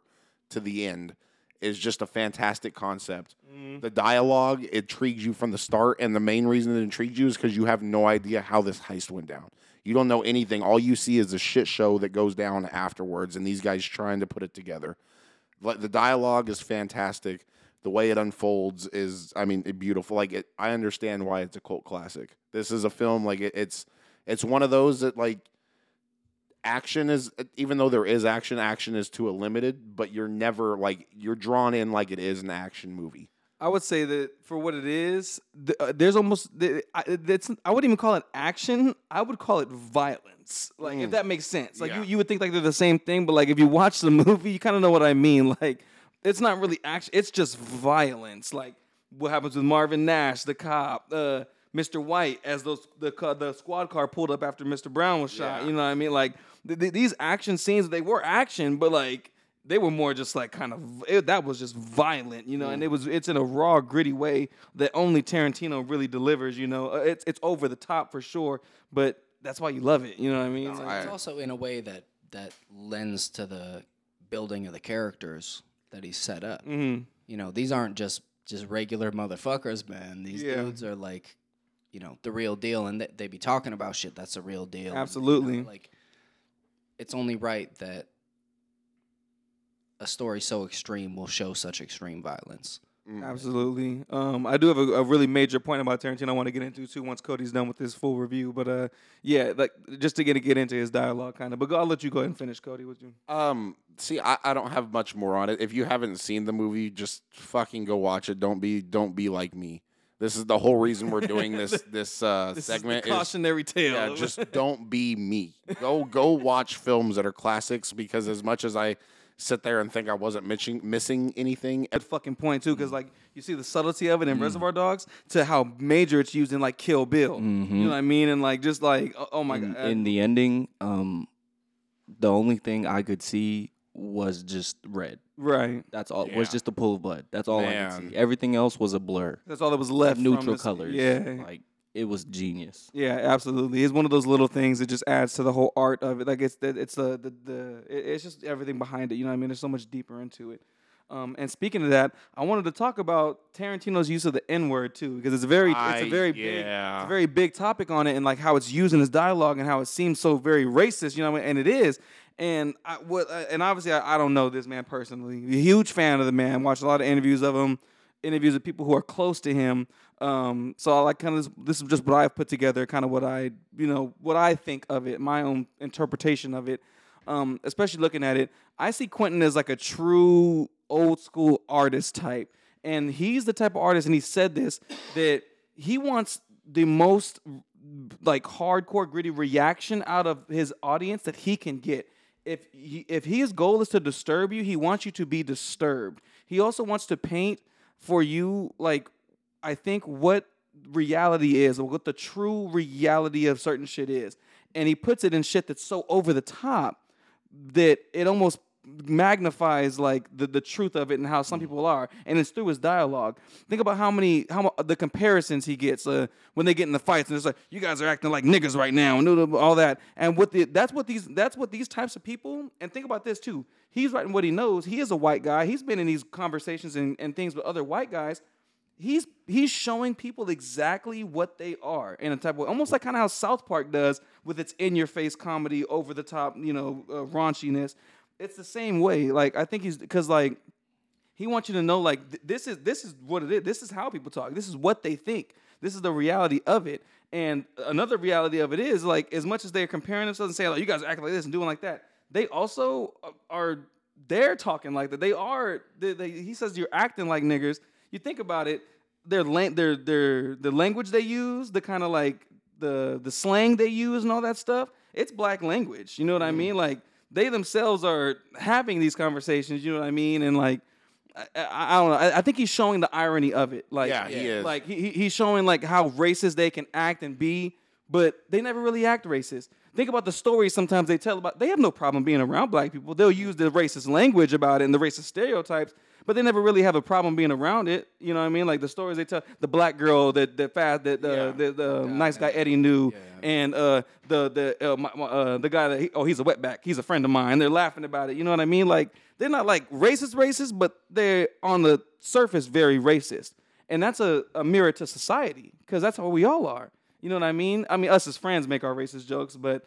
Speaker 3: to the end is just a fantastic concept. The dialogue intrigues you from the start, and the main reason it intrigues you is because you have no idea how this heist went down. You don't know anything. All you see is the shit show that goes down afterwards, and these guys trying to put it together. Like the dialogue is fantastic. The way it unfolds is, I mean, it beautiful. Like it, I understand why it's a cult classic. This is a film like it, it's, it's one of those that like action is even though there is action action is to a limited but you're never like you're drawn in like it is an action movie
Speaker 2: I would say that for what it is, th- uh, there's almost th- I, it's, I wouldn't even call it action. I would call it violence. Like if that makes sense. Like you,
Speaker 3: Mm. Yeah.
Speaker 2: you would think like they're the same thing, but like if you watch the movie, you kind of know what I mean. Like it's not really action. It's just violence. Like what happens with Marvin Nash, the cop, uh, Mr. White, as those the ca- the squad car pulled up after Mr. Brown was shot.
Speaker 3: Yeah.
Speaker 2: You know what I mean? Like th- th- these action scenes, they were action, but like they were more just like kind of it, that was just violent, you know. And it was it's in a raw, gritty way that only Tarantino really delivers. You know, Uh, it's it's over the top for sure, but that's why you love it. You know what I mean? Like,
Speaker 4: It's also in a way that that lends to the building of the characters that he set up.
Speaker 2: mm-hmm.
Speaker 4: You know, these aren't just just regular motherfuckers, man. These
Speaker 2: Yeah.
Speaker 4: dudes are like, you know, the real deal, and they, they be talking about shit that's a real deal. and, you know,
Speaker 2: Absolutely.
Speaker 4: like, it's only right that a story so extreme will show such extreme violence.
Speaker 3: Mm.
Speaker 2: Mm. Absolutely. Um, I do have a, a really major point about Tarantino I want to get into too once Cody's done with his full review. But uh, yeah, like just to get get into his dialogue kind of. But go, I'll let you go ahead and finish, Cody. Would you?
Speaker 3: Um, see, I, I don't have much more on it. If you haven't seen the movie, just fucking go watch it. Don't be don't be like me. This is the whole reason we're doing this this uh
Speaker 2: This
Speaker 3: segment.
Speaker 2: is the cautionary tale.
Speaker 3: yeah, just don't be me. Go go watch films that are classics because as much as I sit there and think I wasn't missing missing anything,
Speaker 2: good fucking point too, because like you see the subtlety of it in Reservoir Dogs to how major it's used in like Kill Bill. You know what I mean? And like just like oh, oh my
Speaker 1: Mm. Mm-hmm. in,
Speaker 2: god,
Speaker 1: in the ending, um, the only thing I could see was just red.
Speaker 2: right?
Speaker 1: That's all.
Speaker 3: Yeah.
Speaker 1: Was just a pool of blood. That's all I could
Speaker 3: Man.
Speaker 1: see. Everything else was a blur.
Speaker 2: That's all that was left. from
Speaker 1: Neutral
Speaker 2: this-
Speaker 1: colors.
Speaker 2: Yeah,
Speaker 1: like it was genius.
Speaker 2: Yeah, absolutely. It's one of those little things that just adds to the whole art of it. Like it's the, it's the the, the it- it's just everything behind it. You know what I mean? There's so much deeper into it. Um, and speaking of that, I wanted to talk about Tarantino's use of the N word too, because it's a very it's a
Speaker 3: I-
Speaker 2: very big it's
Speaker 3: yeah.
Speaker 2: a very big topic on it, and like how it's used in his dialogue and how it seems so very racist. You know what I mean? And it is. And I what uh, and obviously I, I don't know this man personally. Huge fan of the man. Watched a lot of interviews of him interviews with people who are close to him. Um, so I like kind of this is just what I've put together, kind of what I you know what I think of it, my own interpretation of it. Um, especially looking at it, I see Quentin as like a true old school artist type, and he's the type of artist, and he said this that he wants the most like hardcore gritty reaction out of his audience that he can get. If he, if his goal is to disturb you, he wants you to be disturbed. He also wants to paint for you like I think what reality is or what the true reality of certain shit is. And he puts it in shit that's so over the top that it almost magnifies like the, the truth of it and how some people are and it's through his dialogue think about how many how mu- the comparisons he gets uh, when they get in the fights and it's like you guys are acting like niggas right now and all that and what the that's what these that's what these types of people and think about this too he's writing what he knows he is a white guy he's been in these conversations and, and things with other white guys he's he's showing people exactly what they are in a type of almost like kind of how South Park does with its in your face comedy, over the top, you know, uh, raunchiness. It's the same way. Like I think he's because like he wants you to know like th- this is this is what it is. This is how people talk. This is what they think. This is the reality of it. And another reality of it is like as much as they're comparing themselves and saying like you guys are acting like this and doing like that, they also uh, are they're talking like that. They are. They, they, he says you're acting like niggers. You think about it. Their la- their their the language they use, the kind of like the the slang they use and all that stuff. It's black language. You know what I mean? Like they themselves are having these conversations. You know what I mean? And like I, I, I don't know. I, I think he's showing the irony of it. Like,
Speaker 3: Yeah, he is.
Speaker 2: Like he, he- he's showing like how racist they can act and be, but they never really act racist. Think about the stories sometimes they tell about. They have no problem being around black people. They'll use the racist language about it and the racist stereotypes, but they never really have a problem being around it. You know what I mean? Like the stories they tell. The black girl that that fast that uh, the, the nice guy Eddie knew, and uh, the the uh, my, my, uh, the guy that he, oh he's a wetback. He's a friend of mine. They're laughing about it. You know what I mean? Like they're not like racist racist, but they're on the surface very racist. And that's a, a mirror to society because that's how we all are. You know what I mean? I mean, us as friends make our racist jokes, but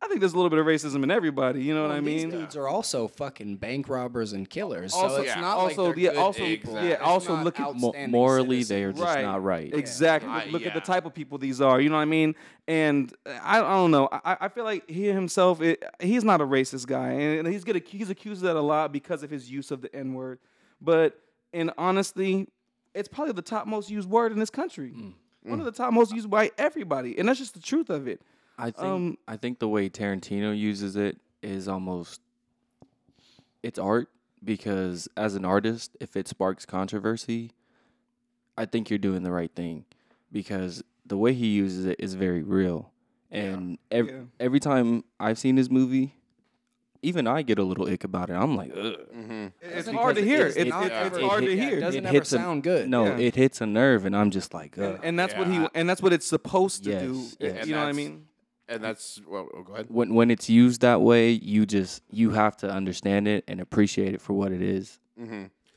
Speaker 2: I think there's a little bit of racism in everybody. You know what I mean?
Speaker 4: These dudes are also fucking bank robbers and killers.
Speaker 2: Also-
Speaker 4: so it's
Speaker 2: yeah,
Speaker 4: not
Speaker 2: also
Speaker 4: like
Speaker 2: the-
Speaker 4: they're good
Speaker 2: also-
Speaker 4: people.
Speaker 2: yeah,
Speaker 4: They're
Speaker 2: also
Speaker 4: not
Speaker 2: look at-
Speaker 1: Mo-
Speaker 4: outstanding
Speaker 1: morally,
Speaker 4: citizens.
Speaker 1: they are just not right.
Speaker 2: Exactly.
Speaker 3: Yeah.
Speaker 2: Look- Look at the
Speaker 3: Yeah.
Speaker 2: type of people these are. You know what I mean? And I, I don't know. I, I feel like he himself, it, he's not a racist guy, and he's gonna he's accused of that a lot because of his use of the N word. But and honestly, it's probably the top most used word in this country.
Speaker 1: Mm.
Speaker 2: One of the top most used by everybody, and that's just the truth of it.
Speaker 1: I think
Speaker 2: Um,
Speaker 1: I think the way Tarantino uses it is almost it's art because as an artist, if it sparks controversy, I think you're doing the right thing because the way he uses it is very real. And ev-
Speaker 2: Yeah.
Speaker 1: every time I've seen his movie, even I get a little ick about it. I'm like, ugh.
Speaker 2: It's
Speaker 4: Doesn't
Speaker 2: hard to
Speaker 4: ever-
Speaker 2: hear.
Speaker 4: it's
Speaker 2: It's, it's,
Speaker 4: not
Speaker 2: it's
Speaker 4: ever-
Speaker 2: hard
Speaker 1: it-
Speaker 2: to
Speaker 1: yeah,
Speaker 2: hear.
Speaker 4: It doesn't
Speaker 1: It
Speaker 4: ever
Speaker 1: hits a-
Speaker 4: sound good.
Speaker 1: No,
Speaker 2: Yeah.
Speaker 1: it hits a nerve, and I'm just like, ugh.
Speaker 2: and, and that's what
Speaker 3: Yeah.
Speaker 2: he and that's what it's supposed to
Speaker 1: Yes,
Speaker 2: do.
Speaker 1: yes.
Speaker 3: And
Speaker 2: You know what I
Speaker 3: that's-
Speaker 2: mean?
Speaker 3: And that's well, oh, go ahead.
Speaker 1: when when it's used that way, you just you have to understand it and appreciate it for what it is.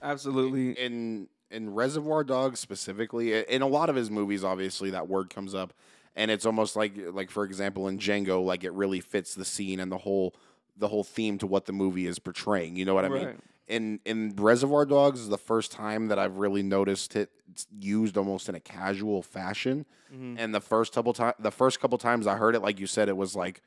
Speaker 2: Absolutely.
Speaker 3: in in Reservoir Dogs specifically, i- in a lot of his movies, obviously that word comes up, and it's almost like like for example in Django, like it really fits the scene and the whole the whole theme to what the movie is portraying. You know what I mean?
Speaker 2: Right.
Speaker 3: In in Reservoir Dogs is the first time that I've really noticed it it's used almost in a casual fashion,
Speaker 2: Mm-hmm.
Speaker 3: and the first couple time the first couple times I heard it, like you said, it was like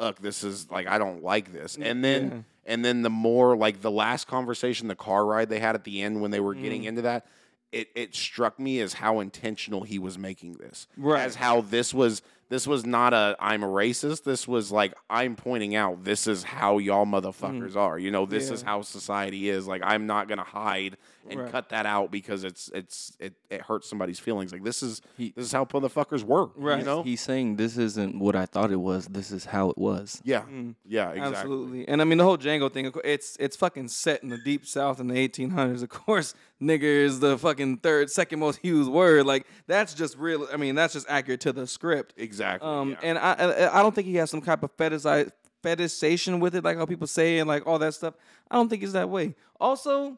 Speaker 3: ugh, this is like I don't like this.
Speaker 2: Mm,
Speaker 3: And then and then the more like the last conversation, the car ride they had at the end when they were
Speaker 2: Mm.
Speaker 3: getting into that, it it struck me as how intentional he was making this.
Speaker 2: Right.
Speaker 3: As how this was this was not a I'm a racist. This was like I'm pointing out this is how y'all motherfuckers are. You know, this is
Speaker 2: Mm-hmm. Yeah.
Speaker 3: how society is. Like I'm not gonna hide and
Speaker 2: Right.
Speaker 3: cut that out because it's it's it, it hurts somebody's feelings. Like this is this is how motherfuckers work.
Speaker 2: Right.
Speaker 3: You know?
Speaker 1: He's saying this isn't what I thought it was. This is how it was.
Speaker 3: yeah.
Speaker 2: Mm.
Speaker 3: Yeah, exactly.
Speaker 2: Absolutely. And I mean the whole Django thing, of cour- it's it's fucking set in the deep south in the 1800s. Of course, nigger is the fucking third second most used word. Like that's just real I mean, that's just accurate to the script.
Speaker 3: Exactly.
Speaker 2: Um
Speaker 3: yeah.
Speaker 2: and I, I I don't think he has some kind of fetishize, fetishization with it like how people say and like all that stuff. I don't think it's that way. Also,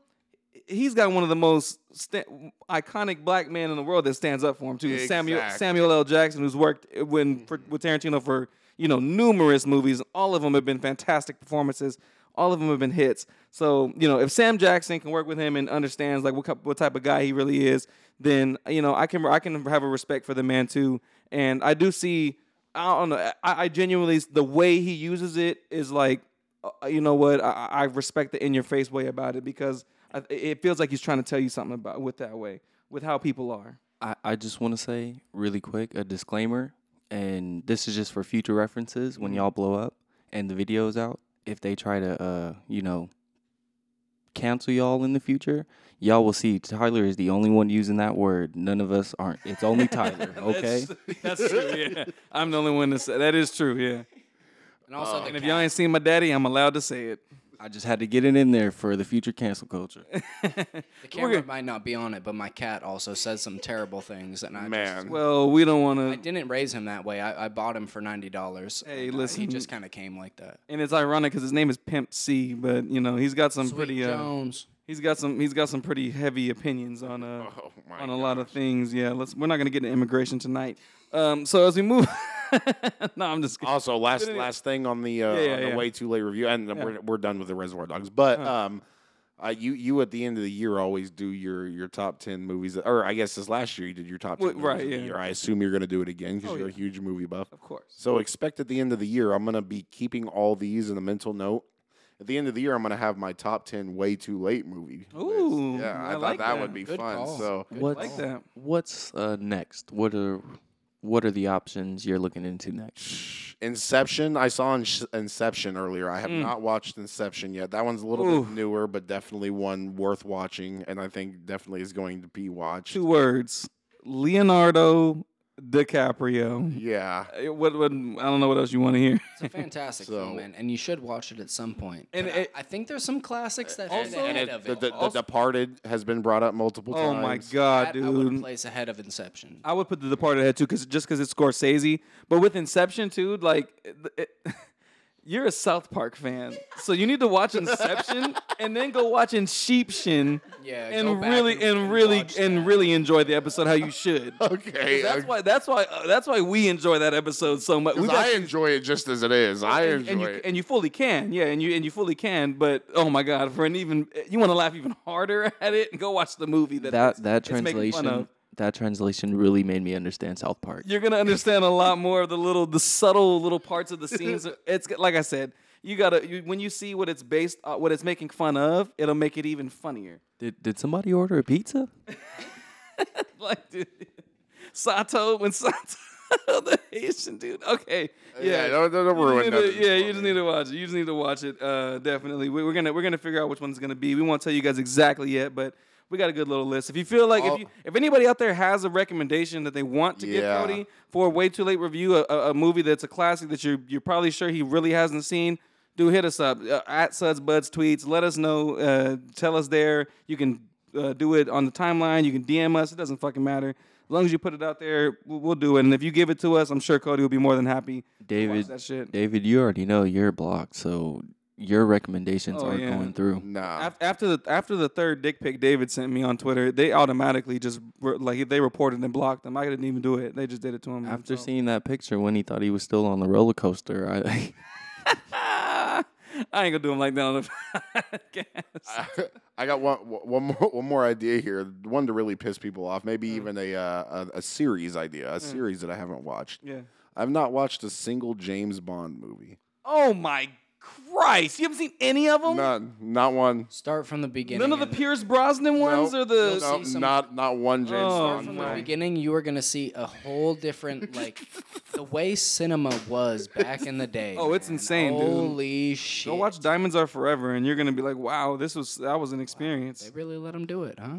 Speaker 2: he's got one of the most sta iconic black men in the world that stands up for him too. Samuel
Speaker 3: Exactly.
Speaker 2: Samuel L. Jackson, who's worked when for, with Tarantino for you know numerous movies. All of them have been fantastic performances. All of them have been hits. So you know, if Sam Jackson can work with him and understands like what cup- what type of guy he really is, then you know I can I can have a respect for the man too. And I do see I don't know I, I genuinely the way he uses it is like uh, you know what I, I I respect the in your face way about it because I, it feels like he's trying to tell you something about with that way with how people are.
Speaker 1: I, I just want to say really quick a disclaimer, and this is just for future references
Speaker 2: Mm-hmm.
Speaker 1: when y'all blow up and the video is out. If they try to, uh, you know, cancel y'all in the future, y'all will see Tyler is the only one using that word. None of us aren't. It's only Tyler. Okay.
Speaker 2: That's true. Yeah, I'm the only one to say that is true. Yeah,
Speaker 4: And also,
Speaker 2: Uh, and
Speaker 4: the
Speaker 2: if y'all ain't seen my daddy, I'm allowed to say it.
Speaker 1: I just had to get it in there for the future cancel culture.
Speaker 4: The camera might not be on it, but my cat also says some terrible things, and I
Speaker 3: Man.
Speaker 4: Just,
Speaker 2: Well, we don't
Speaker 4: I
Speaker 2: want to.
Speaker 4: didn't raise him that way. I, I bought him for ninety dollars. uh,
Speaker 2: Hey,
Speaker 4: he
Speaker 2: listen.
Speaker 4: just kind of came like that.
Speaker 2: And it's ironic because his name is Pimp C, but you know he's got some pretty.
Speaker 4: Sweet
Speaker 2: Uh,
Speaker 4: Jones.
Speaker 2: he's got some. He's got some pretty heavy opinions on uh
Speaker 3: Oh my
Speaker 2: on a lot of things. Yeah, let's. We're not gonna get to immigration tonight. Um, so as we move. no, I'm just. kidding.
Speaker 3: Also, last last thing on the uh,
Speaker 2: Yeah, yeah,
Speaker 3: on the
Speaker 2: yeah. Uh-huh.
Speaker 3: way too late review, and we're we're done with the Reservoir Dogs. But um, uh, you you at the end of the year always do your your top ten movies, or I guess this last year you did your top ten
Speaker 2: Well,
Speaker 3: movies
Speaker 2: right,
Speaker 3: of the
Speaker 2: yeah. Oh,
Speaker 3: year. I assume you're going to do it again because you're
Speaker 2: yeah.
Speaker 3: a huge movie buff.
Speaker 2: Of course.
Speaker 3: So expect at the end of the year, I'm going to be keeping all these in a mental note. At the end of the year, I'm going to have my top ten way too late movie. list.
Speaker 2: Ooh,
Speaker 3: yeah,
Speaker 2: I
Speaker 3: I, thought
Speaker 2: like
Speaker 3: that,
Speaker 2: that.
Speaker 3: would be
Speaker 4: Good
Speaker 3: fun.
Speaker 4: call.
Speaker 3: So
Speaker 1: What's
Speaker 2: Like that.
Speaker 1: What's uh, next? What are what are the options you're looking into next?
Speaker 3: Inception. I saw In- Inception earlier. I have not watched Inception yet. That one's a little
Speaker 2: Hmm. Oof.
Speaker 3: bit newer, but definitely one worth watching, and I think definitely is going to be watched.
Speaker 2: Two words: Leonardo DiCaprio.
Speaker 3: Yeah.
Speaker 2: Uh, What, what, I don't know what else you want to hear.
Speaker 4: It's a fantastic
Speaker 3: So-
Speaker 4: film, man, and you should watch it at some point.
Speaker 2: And
Speaker 4: And
Speaker 2: it-
Speaker 4: I, I think there's some classics that
Speaker 2: Also-
Speaker 4: also,
Speaker 2: And
Speaker 3: And
Speaker 4: ahead
Speaker 3: it,
Speaker 4: of
Speaker 3: the,
Speaker 4: it.
Speaker 3: the, the Departed has been brought up multiple
Speaker 2: Oh
Speaker 3: times.
Speaker 2: my god,
Speaker 4: That I would
Speaker 2: dude!
Speaker 4: place ahead of Inception.
Speaker 2: I would put The Departed ahead too, because just because it's Scorsese. But with Inception too, like it, it- you're a South Park fan, so you need to watch Inception and then go watch Inception.
Speaker 4: Yeah, go
Speaker 2: and
Speaker 4: back
Speaker 2: really
Speaker 4: and-
Speaker 2: and,
Speaker 4: and
Speaker 2: really
Speaker 4: watch
Speaker 2: and
Speaker 4: that.
Speaker 2: really enjoy the episode how you should.
Speaker 3: Okay.
Speaker 2: That's
Speaker 3: uh,
Speaker 2: why. That's why. uh, that's why we enjoy that episode so much.
Speaker 3: 'cause
Speaker 2: We've
Speaker 3: I
Speaker 2: actually-
Speaker 3: enjoy it just as it is. I
Speaker 2: and,
Speaker 3: enjoy
Speaker 2: and you
Speaker 3: it.
Speaker 2: and you fully can, yeah, and you and you fully can. But oh my god, for an even you want to laugh even harder at it, go watch the movie that
Speaker 1: That
Speaker 2: it's-
Speaker 1: that
Speaker 2: it's making fun
Speaker 1: translation
Speaker 2: of.
Speaker 1: that translation really made me understand South Park.
Speaker 2: You're gonna understand a lot more of the little, the subtle little parts of the scenes. It's like I said, you gotta you, when you see what it's based, uh, what it's making fun of, it'll make it even funnier.
Speaker 1: Did did somebody order a pizza?
Speaker 2: like, dude, Sato when Sato the Haitian dude. Okay, yeah,
Speaker 3: Yeah, don't- don't- don't
Speaker 2: You just
Speaker 3: ruin
Speaker 2: need
Speaker 3: nothing
Speaker 2: to- Yeah,
Speaker 3: for
Speaker 2: you just
Speaker 3: me.
Speaker 2: need to watch it. You just need to watch it. Uh, definitely, we, we're gonna we're gonna figure out which one's gonna be. We won't tell you guys exactly yet, but. We got a good little list. If you feel like
Speaker 3: All-
Speaker 2: if you, if anybody out there has a recommendation that they want to give
Speaker 3: Yeah.
Speaker 2: Cody for a way too late review, a, a, a movie that's a classic that you're you're probably sure he really hasn't seen, do hit us up uh, at Suds Buds tweets. Let us know. Uh, tell us there. You can uh, do it on the timeline. You can DM us. It doesn't fucking matter. As long as you put it out there, we'll, we'll do it. And if you give it to us, I'm sure Cody will be more than happy.
Speaker 1: David,
Speaker 2: that shit.
Speaker 1: David, you already know you're blocked, so your recommendations
Speaker 2: Oh,
Speaker 1: aren't
Speaker 2: yeah.
Speaker 1: going through.
Speaker 3: Nah.
Speaker 2: Af- After the after the third dick pic David sent me on Twitter, they automatically just re- like they reported and blocked him. I didn't even do it. They just did it to him.
Speaker 1: After
Speaker 2: So-
Speaker 1: seeing that picture when he thought he was still on the roller coaster, I
Speaker 2: I ain't gonna do him like that on the podcast.
Speaker 3: I got one one more one more idea here. One to really piss people off. Maybe
Speaker 2: Hmm.
Speaker 3: even a, uh, a a series idea. A series that I haven't watched.
Speaker 2: Yeah.
Speaker 3: I've not watched a single James Bond movie.
Speaker 2: Oh my Christ! You haven't seen any of them?
Speaker 3: None. Not one.
Speaker 4: Start from the beginning.
Speaker 2: None of the
Speaker 4: and-
Speaker 2: Pierce Brosnan ones
Speaker 3: Nope.
Speaker 2: or the
Speaker 3: Nope.
Speaker 4: see some-
Speaker 3: not not one James
Speaker 2: Oh,
Speaker 3: Bond.
Speaker 4: from
Speaker 3: movie.
Speaker 4: the
Speaker 2: Right.
Speaker 4: beginning, you were gonna see a whole different like the way cinema was back in the day.
Speaker 2: Oh, it's
Speaker 4: man.
Speaker 2: insane, dude.
Speaker 4: Holy shit!
Speaker 2: Go watch Diamonds Are Forever, and you're gonna be like, "Wow, this was that was an experience."
Speaker 4: They really let them do it, huh?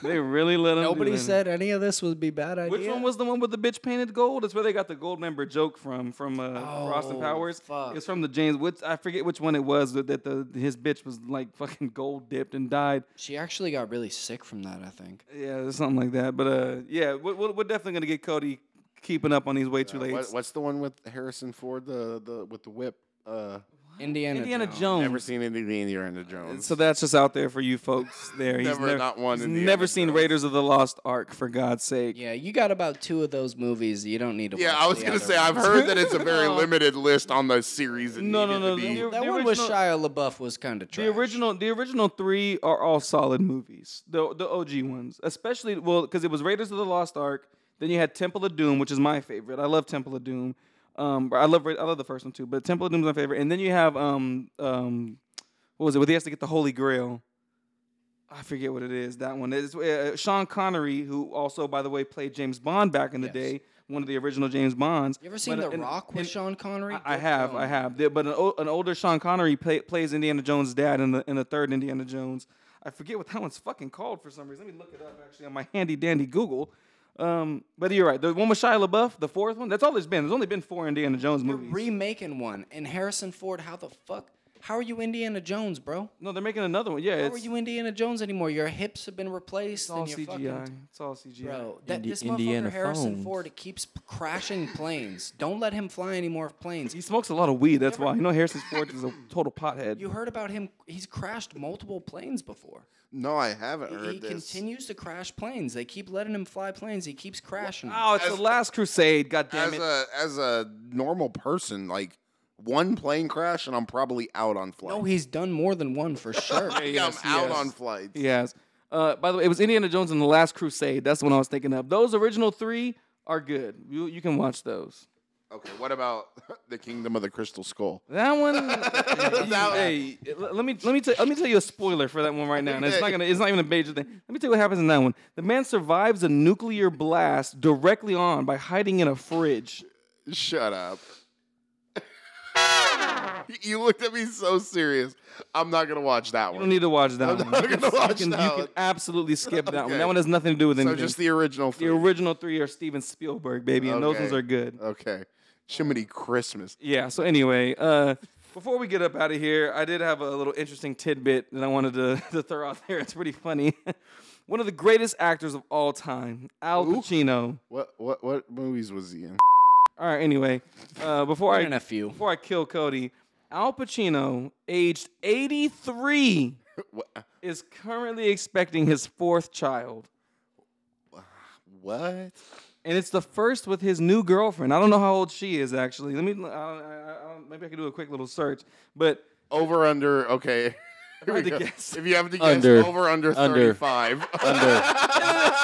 Speaker 2: they really let him.
Speaker 4: Nobody said any of this would be bad idea.
Speaker 2: Which one was the one with the bitch painted gold? That's where they got the gold member joke from from uh, Frost and
Speaker 4: Oh,
Speaker 2: Powers.
Speaker 4: fuck.
Speaker 2: It's from the James. Which I forget which one it was that that the his bitch was like fucking gold dipped and died.
Speaker 4: She actually got really sick from that, I think.
Speaker 2: Yeah, something like that. But uh, yeah, we're, we're we're definitely gonna get Cody keeping up on these way too late.
Speaker 3: Uh, What, what's the one with Harrison Ford? The the with the whip. Uh,
Speaker 4: Indiana.
Speaker 2: Indiana
Speaker 4: Jones.
Speaker 2: Jones.
Speaker 3: never seen any of Uh, the Indiana Jones.
Speaker 2: So that's just out there for you folks. There, he's
Speaker 3: Never-
Speaker 2: never,
Speaker 3: not one
Speaker 2: He's
Speaker 3: Indiana
Speaker 2: never seen
Speaker 3: Jones.
Speaker 2: Raiders of the Lost Ark, for God's sake.
Speaker 4: Yeah, you got about two of those movies. You don't need to.
Speaker 3: yeah,
Speaker 4: watch
Speaker 3: I was
Speaker 4: the
Speaker 3: gonna
Speaker 4: other
Speaker 3: say I've
Speaker 4: ones.
Speaker 3: heard that it's a very limited list on the series. That
Speaker 2: No,
Speaker 3: needed
Speaker 2: no,
Speaker 3: to
Speaker 2: no,
Speaker 3: be-
Speaker 2: no.
Speaker 4: That
Speaker 2: The
Speaker 4: one with
Speaker 2: original-
Speaker 4: Shia LaBeouf was kind of trash.
Speaker 2: The original, the original three are all solid movies. The the OG ones, especially well, because it was Raiders of the Lost Ark. Then you had Temple of Doom, which is my favorite. I love Temple of Doom. Um, I love Ra- I love the first one too, but Temple of Doom is my favorite. And then you have um um, what was it? Where he has to get the Holy Grail. I forget what it is. That one is uh, Sean Connery, who also, by the way, played James Bond back in the
Speaker 4: Yes.
Speaker 2: day, one of the original James Bonds.
Speaker 4: You ever seen
Speaker 2: But, uh,
Speaker 4: The
Speaker 2: and-
Speaker 4: Rock with
Speaker 2: and-
Speaker 4: Sean Connery?
Speaker 2: I I
Speaker 4: Good
Speaker 2: have,
Speaker 4: film.
Speaker 2: I have. The- But an, o- an older Sean Connery play, plays Indiana Jones' dad in the in the third Indiana Jones. I forget what that one's fucking called for some reason. Let me look it up actually on my handy dandy Google. Um, but you're right. The one with Shia LaBeouf, the fourth one. That's all there's been. There's only been four Indiana Jones
Speaker 4: You're
Speaker 2: movies.
Speaker 4: remaking one, and Harrison Ford. How the fuck? How are you Indiana Jones, bro?
Speaker 2: no, they're making another one. Yeah,
Speaker 4: How are
Speaker 2: it's,
Speaker 4: you Indiana Jones anymore? Your hips have been replaced.
Speaker 2: it's all
Speaker 4: and you're
Speaker 2: CGI.
Speaker 4: Fucking,
Speaker 2: It's all CGI.
Speaker 4: bro, that,
Speaker 1: Indi-
Speaker 4: this motherfucker
Speaker 1: Indiana
Speaker 4: Harrison
Speaker 1: phones.
Speaker 4: Ford keeps p- crashing planes. Don't let him fly any more planes.
Speaker 2: He smokes a lot of weed. That's why. You know, Harrison Ford is a total pothead.
Speaker 4: You heard about him? He's crashed multiple planes before.
Speaker 3: No, I haven't
Speaker 4: He-
Speaker 3: heard
Speaker 4: he
Speaker 3: this.
Speaker 4: continues to crash planes. They keep letting him fly planes. He keeps crashing. them.
Speaker 2: oh, it's
Speaker 3: As-
Speaker 2: the Last Crusade. God damn
Speaker 3: as
Speaker 2: it.
Speaker 3: a as a normal person, like one plane crash and I'm probably out on flight.
Speaker 4: No, he's done more than one for sure.
Speaker 3: yeah,
Speaker 2: yes,
Speaker 3: I'm out
Speaker 2: yes.
Speaker 3: on flights.
Speaker 2: He has. Uh, by the way, it was Indiana Jones and the Last Crusade. That's the one I was thinking of. Those original three are good. You, you can watch those.
Speaker 3: Okay, what about the Kingdom of the Crystal Skull?
Speaker 2: That one. hey, l- let me let me tell let me tell you a spoiler for that one right now. And it's not gonna it's not even a major thing. Let me tell you what happens in that one. The man survives a nuclear blast directly on by hiding in a fridge.
Speaker 3: Shut up. you looked at me so serious. I'm not gonna watch that
Speaker 2: You don't
Speaker 3: one.
Speaker 2: need to watch that one.
Speaker 3: not
Speaker 2: You can-
Speaker 3: gonna watch
Speaker 2: you can,
Speaker 3: that
Speaker 2: you
Speaker 3: one.
Speaker 2: can absolutely skip that one.
Speaker 3: Okay.
Speaker 2: That one has nothing to do with
Speaker 3: so
Speaker 2: anything.
Speaker 3: just the original.
Speaker 2: the
Speaker 3: three.
Speaker 2: original three are Steven Spielberg, baby, and those
Speaker 3: Okay.
Speaker 2: ones are good.
Speaker 3: Okay, Chimney Christmas.
Speaker 2: yeah so anyway uh before we get up out of here i did have a little interesting tidbit that i wanted to, to throw out there it's pretty funny one of the greatest actors of all time al pacino
Speaker 3: What what what movies was he in?
Speaker 2: all right anyway uh before i
Speaker 4: in a few.
Speaker 2: before i kill cody al pacino aged 83
Speaker 3: What?
Speaker 2: is currently expecting his fourth child
Speaker 3: what?
Speaker 2: and it's the first with his new girlfriend. I don't know how old she is actually. Let me, I, I, I, maybe I can do a quick little search. But
Speaker 3: Over under. Okay. Here we
Speaker 2: had to
Speaker 3: go.
Speaker 2: guess.
Speaker 3: If you have to guess,
Speaker 1: Under.
Speaker 3: over under
Speaker 1: Under.
Speaker 3: 35.
Speaker 1: under,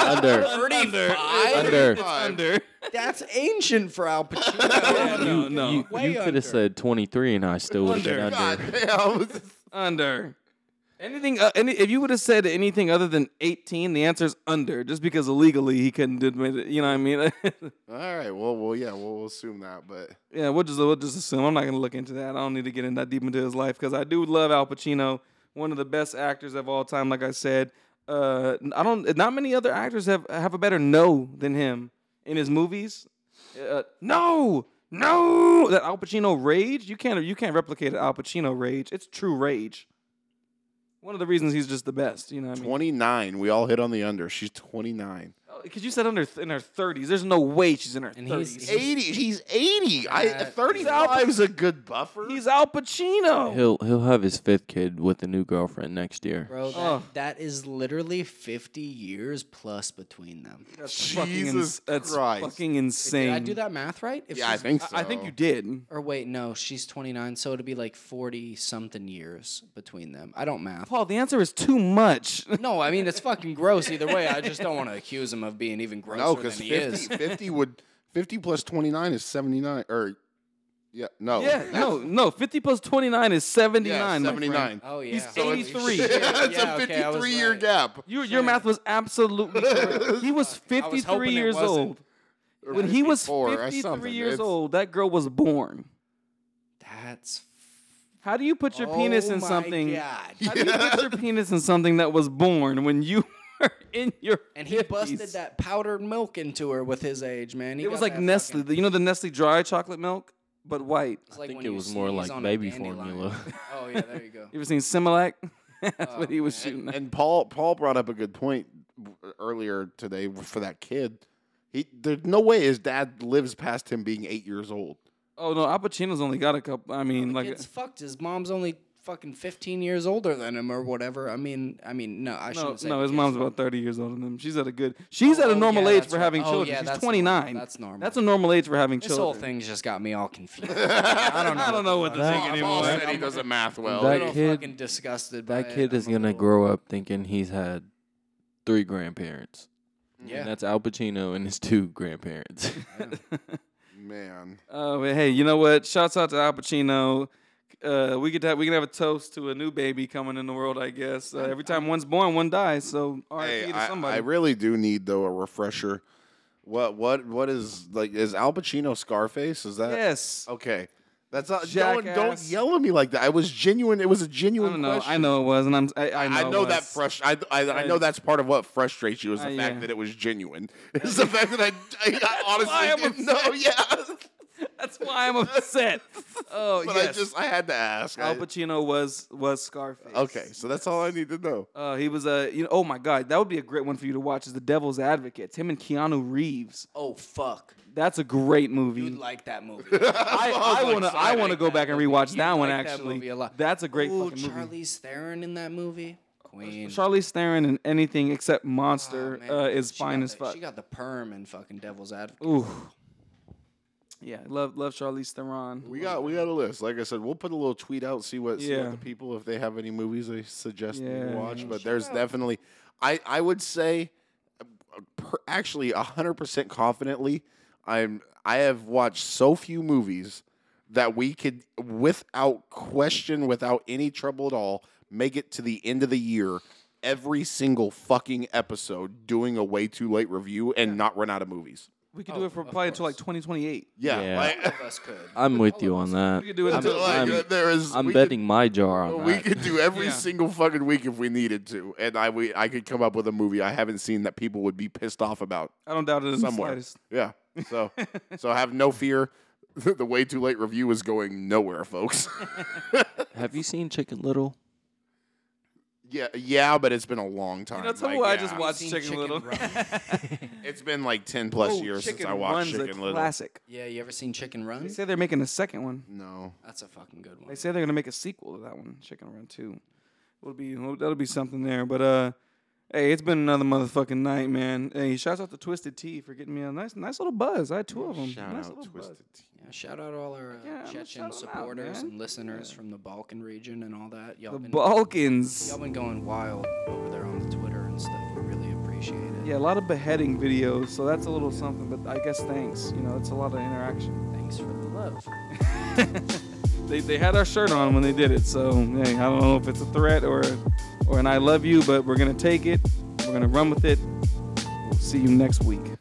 Speaker 1: under,
Speaker 4: Thirty-five.
Speaker 1: under.
Speaker 2: under,
Speaker 4: That's ancient for Al Pacino.
Speaker 2: no, no,
Speaker 1: You,
Speaker 4: Way
Speaker 1: could
Speaker 4: under.
Speaker 1: have said 23 and I still would have been
Speaker 2: Under.
Speaker 1: under.
Speaker 3: God damn.
Speaker 2: under. Anything? Uh, any? If you would have said anything other than 18, the answer's under, just because illegally he couldn't admit it. You know what I mean?
Speaker 3: All right. Well, well, yeah. We'll, we'll assume that, but
Speaker 2: yeah, we'll just we'll just assume. I'm not gonna look into that. I don't need to get in that deep into his life because I do love Al Pacino, one of the best actors of all time. Like I said, uh, I don't. Not many other actors have have a better no than him in his movies. Uh, no, no, that Al Pacino rage. You can't you can't replicate Al Pacino rage. It's true rage. One of the reasons he's just the best. You know what I mean?
Speaker 3: 29. We all hit on the under. She's 29.
Speaker 2: Because you said under th- in her 30s. There's no way she's in her
Speaker 4: And
Speaker 2: 30s.
Speaker 4: he's-
Speaker 2: He's,
Speaker 4: he's-
Speaker 3: 80. She's 80. I
Speaker 4: Yeah.
Speaker 3: 35 is a good buffer.
Speaker 2: Al Pacino.
Speaker 1: He'll he'll have his fifth kid with a new girlfriend next year.
Speaker 4: Bro, that,
Speaker 2: Oh.
Speaker 4: that is literally 50 years plus between them.
Speaker 2: That's
Speaker 3: Jesus
Speaker 2: fucking ins-
Speaker 3: Christ.
Speaker 2: That's fucking insane.
Speaker 4: Did I do that math right? If
Speaker 3: yeah, I
Speaker 4: she's-
Speaker 3: think so.
Speaker 2: I, I think you did.
Speaker 4: Or wait, no, she's 29, so it'd be like 40 something years between them. I don't math.
Speaker 2: Paul, the answer is too much.
Speaker 4: No, I mean, it's fucking gross either way. I just don't want to accuse him of being even grosser
Speaker 3: No,
Speaker 4: than
Speaker 3: because
Speaker 4: he is.
Speaker 3: 50, 50 would 50 plus 29 is 79. Or yeah, no.
Speaker 2: yeah, no, no. 50 plus 29 is 79.
Speaker 3: Yeah,
Speaker 2: my
Speaker 3: 79.
Speaker 2: friend.
Speaker 4: Oh, yeah.
Speaker 2: He's
Speaker 4: Holy
Speaker 2: 83.
Speaker 4: shit.
Speaker 3: That's
Speaker 4: Yeah,
Speaker 3: a
Speaker 4: okay, I was
Speaker 3: 53 year
Speaker 4: right.
Speaker 3: gap.
Speaker 2: Your, your math was absolutely correct. He was
Speaker 4: I was
Speaker 2: 53
Speaker 4: hoping it
Speaker 2: years
Speaker 4: wasn't.
Speaker 2: old. When he was
Speaker 3: 54 or
Speaker 2: 53
Speaker 3: something.
Speaker 2: years
Speaker 3: It's-
Speaker 2: old, that girl was born.
Speaker 4: That's
Speaker 2: How do you put your penis
Speaker 4: oh
Speaker 2: in
Speaker 4: my
Speaker 2: something?
Speaker 4: God.
Speaker 2: How do you put your penis in something that was born when you were in your
Speaker 4: And he
Speaker 2: 50s?
Speaker 4: busted that powdered milk into her with his age, man. He
Speaker 2: It was
Speaker 4: got
Speaker 2: like
Speaker 4: that
Speaker 2: Nestle.
Speaker 4: fucking-
Speaker 2: you know the Nestle dry chocolate milk, but white.
Speaker 4: it's like
Speaker 1: I think
Speaker 4: when
Speaker 1: it
Speaker 4: you
Speaker 1: was more
Speaker 4: sneeze
Speaker 1: like
Speaker 4: on a
Speaker 1: baby
Speaker 4: dandelion.
Speaker 1: formula.
Speaker 4: Oh yeah, there you go.
Speaker 2: You ever seen Similac? That's what he was shooting. at.
Speaker 3: And Paul Paul brought up a good point earlier today for that kid. He there's no way his dad lives past him being eight years old.
Speaker 2: Oh no, Al Pacino's only got a couple. I mean, like uh,
Speaker 4: it's fucked. His mom's only fucking 15 years older than him or whatever. I mean, I mean, no, I
Speaker 2: no,
Speaker 4: shouldn't say.
Speaker 2: no,
Speaker 4: the
Speaker 2: his
Speaker 4: kid's
Speaker 2: mom's
Speaker 4: old.
Speaker 2: about thirty years older than him. She's at a good. She's at a
Speaker 4: Oh,
Speaker 2: normal
Speaker 4: yeah,
Speaker 2: age
Speaker 4: that's
Speaker 2: for
Speaker 4: right.
Speaker 2: having
Speaker 4: Oh,
Speaker 2: children.
Speaker 4: yeah,
Speaker 2: She's
Speaker 4: that's
Speaker 2: twenty nine.
Speaker 4: normal. That's normal.
Speaker 2: That's a normal age for having
Speaker 4: This
Speaker 2: children.
Speaker 4: whole thing's just got me all confused.
Speaker 2: I don't know. I don't know what to think
Speaker 3: Paul
Speaker 2: anymore.
Speaker 3: said he doesn't math well.
Speaker 1: That
Speaker 4: I'm a little
Speaker 1: kid-
Speaker 4: fucking disgusted. by
Speaker 1: That
Speaker 4: it.
Speaker 1: kid
Speaker 4: I'm
Speaker 1: is
Speaker 4: a
Speaker 1: gonna
Speaker 4: little-
Speaker 1: grow up thinking he's had three grandparents.
Speaker 4: Yeah.
Speaker 1: And that's Al Pacino and his two grandparents.
Speaker 3: Man.
Speaker 2: Oh, but hey, you know what? Shouts out to Al Pacino. Uh, we could have we could have a toast to a new baby coming in the world. I guess uh, every time one's born, one dies. So
Speaker 3: Hey,
Speaker 2: RIP to
Speaker 3: I,
Speaker 2: somebody.
Speaker 3: I really do need though a refresher. What what what is like is Al Pacino Scarface? Is that
Speaker 2: yes.
Speaker 3: okay? That's not don't, don't
Speaker 2: Jackass.
Speaker 3: yell at me like that. I was genuine. It was a
Speaker 2: I
Speaker 3: genuine
Speaker 2: don't know.
Speaker 3: question.
Speaker 2: I know it was, and I'm. I, I know,
Speaker 3: I
Speaker 2: it
Speaker 3: know that
Speaker 2: was.
Speaker 3: frust- I, I, I know that's part of what frustrates you is the
Speaker 2: Uh,
Speaker 3: fact
Speaker 2: yeah.
Speaker 3: that it was genuine. It's the fact that I, I,
Speaker 2: why I'm
Speaker 3: honestly didn't know. Yeah,
Speaker 2: That's why I'm upset. Oh
Speaker 3: but
Speaker 2: yes.
Speaker 3: I just I had to ask. I-
Speaker 2: Al Pacino was was Scarface.
Speaker 3: okay, so that's all I need to know.
Speaker 2: Uh, he was a you know. Oh my God, that would be a great one for you to watch. Is The Devil's Advocates? Him and Keanu Reeves.
Speaker 4: Oh fuck!
Speaker 2: That's a great movie.
Speaker 1: Mm.
Speaker 4: You'd like that movie.
Speaker 2: I, I wanna I wanna go back and rewatch
Speaker 4: You'd
Speaker 2: that one
Speaker 4: like that
Speaker 2: actually.
Speaker 4: movie a lot.
Speaker 2: That's a great
Speaker 4: Ooh,
Speaker 2: fucking movie.
Speaker 4: Charlize Theron in that movie. Queen.
Speaker 2: Charlie Theron and anything except
Speaker 4: Ah,
Speaker 2: Monster
Speaker 4: man.
Speaker 2: uh, is
Speaker 4: She
Speaker 2: fine
Speaker 4: got
Speaker 2: as
Speaker 4: the-
Speaker 2: fuck.
Speaker 4: She got the perm and fucking Devil's Advocate.
Speaker 2: Ooh. Yeah, love love Charlize Theron.
Speaker 3: We got we got a list. Like I said, we'll put a little tweet out, see what, see what
Speaker 2: Yeah.
Speaker 3: the people if they have any movies they suggest
Speaker 2: Yeah.
Speaker 3: we watch. But there's definitely, I I would say, uh, per, actually hundred percent confidently, I'm I have watched so few movies that we could without question, without any trouble at all, make it to the end of the year. Every single fucking episode doing a way too late review and not run out of movies.
Speaker 2: We could
Speaker 4: Oh,
Speaker 2: do it for
Speaker 4: of
Speaker 2: probably until like
Speaker 4: course.
Speaker 2: 2028.
Speaker 3: Yeah,
Speaker 1: Yeah.
Speaker 3: like-
Speaker 4: All of us could.
Speaker 1: I'm with you on that.
Speaker 2: We could do it
Speaker 1: I'm,
Speaker 2: until-
Speaker 3: like,
Speaker 1: I'm-
Speaker 3: uh, there is-
Speaker 1: I'm
Speaker 3: we could-
Speaker 1: betting my jar on
Speaker 3: We
Speaker 1: that.
Speaker 3: could do every
Speaker 2: Yeah.
Speaker 3: single fucking week if we needed to, and I we I could come up with a movie I haven't seen that people would be pissed off about
Speaker 2: I don't doubt it in
Speaker 3: somewhere.
Speaker 2: the slightest.
Speaker 3: Yeah, so so have no fear. the way too late review is going nowhere, folks.
Speaker 1: Have you seen Chicken Little?
Speaker 3: yeah, yeah, but it's been a long time.
Speaker 2: You know, tell me
Speaker 3: Like,
Speaker 2: why I
Speaker 3: yeah,
Speaker 2: just watched
Speaker 4: seen
Speaker 2: Chicken,
Speaker 4: Chicken
Speaker 2: Little.
Speaker 4: Run.
Speaker 3: It's been like ten plus
Speaker 2: Oh,
Speaker 3: years since
Speaker 2: Chicken
Speaker 3: I watched
Speaker 2: Run's a
Speaker 3: Chicken Little.
Speaker 2: Classic.
Speaker 4: Yeah, you ever seen Chicken Run?
Speaker 2: They say they're making a second one.
Speaker 3: No,
Speaker 4: That's a fucking good
Speaker 2: They
Speaker 4: one.
Speaker 2: say they're gonna make a sequel to that one, Chicken Run Two. Would be well, that'll be something there. But uh, hey, it's been another motherfucking night, man. Hey, shouts out to Twisted Tea for getting me a nice, nice little buzz. I had two of them.
Speaker 3: shout
Speaker 2: nice
Speaker 3: out
Speaker 2: little buzz.
Speaker 3: Twisted. Tea.
Speaker 4: Yeah, shout out all our uh,
Speaker 2: Yeah, I'ma shout 'em
Speaker 4: Chechen
Speaker 2: out,
Speaker 4: supporters
Speaker 2: man.
Speaker 4: and listeners from the Balkan region and all that. Y'all
Speaker 2: The
Speaker 4: been
Speaker 2: Balkans.
Speaker 4: y'all been going wild over there on the Twitter and stuff. We really appreciate it.
Speaker 2: Yeah, a lot of beheading videos, so that's a little something. But I guess thanks. You know, that's a lot of interaction.
Speaker 4: Thanks for the love.
Speaker 2: They, they had our shirt on when they did it, so hey, I don't know if it's a threat or a or an I love you, but we're going to take it. We're going to run with it. We'll see you next week.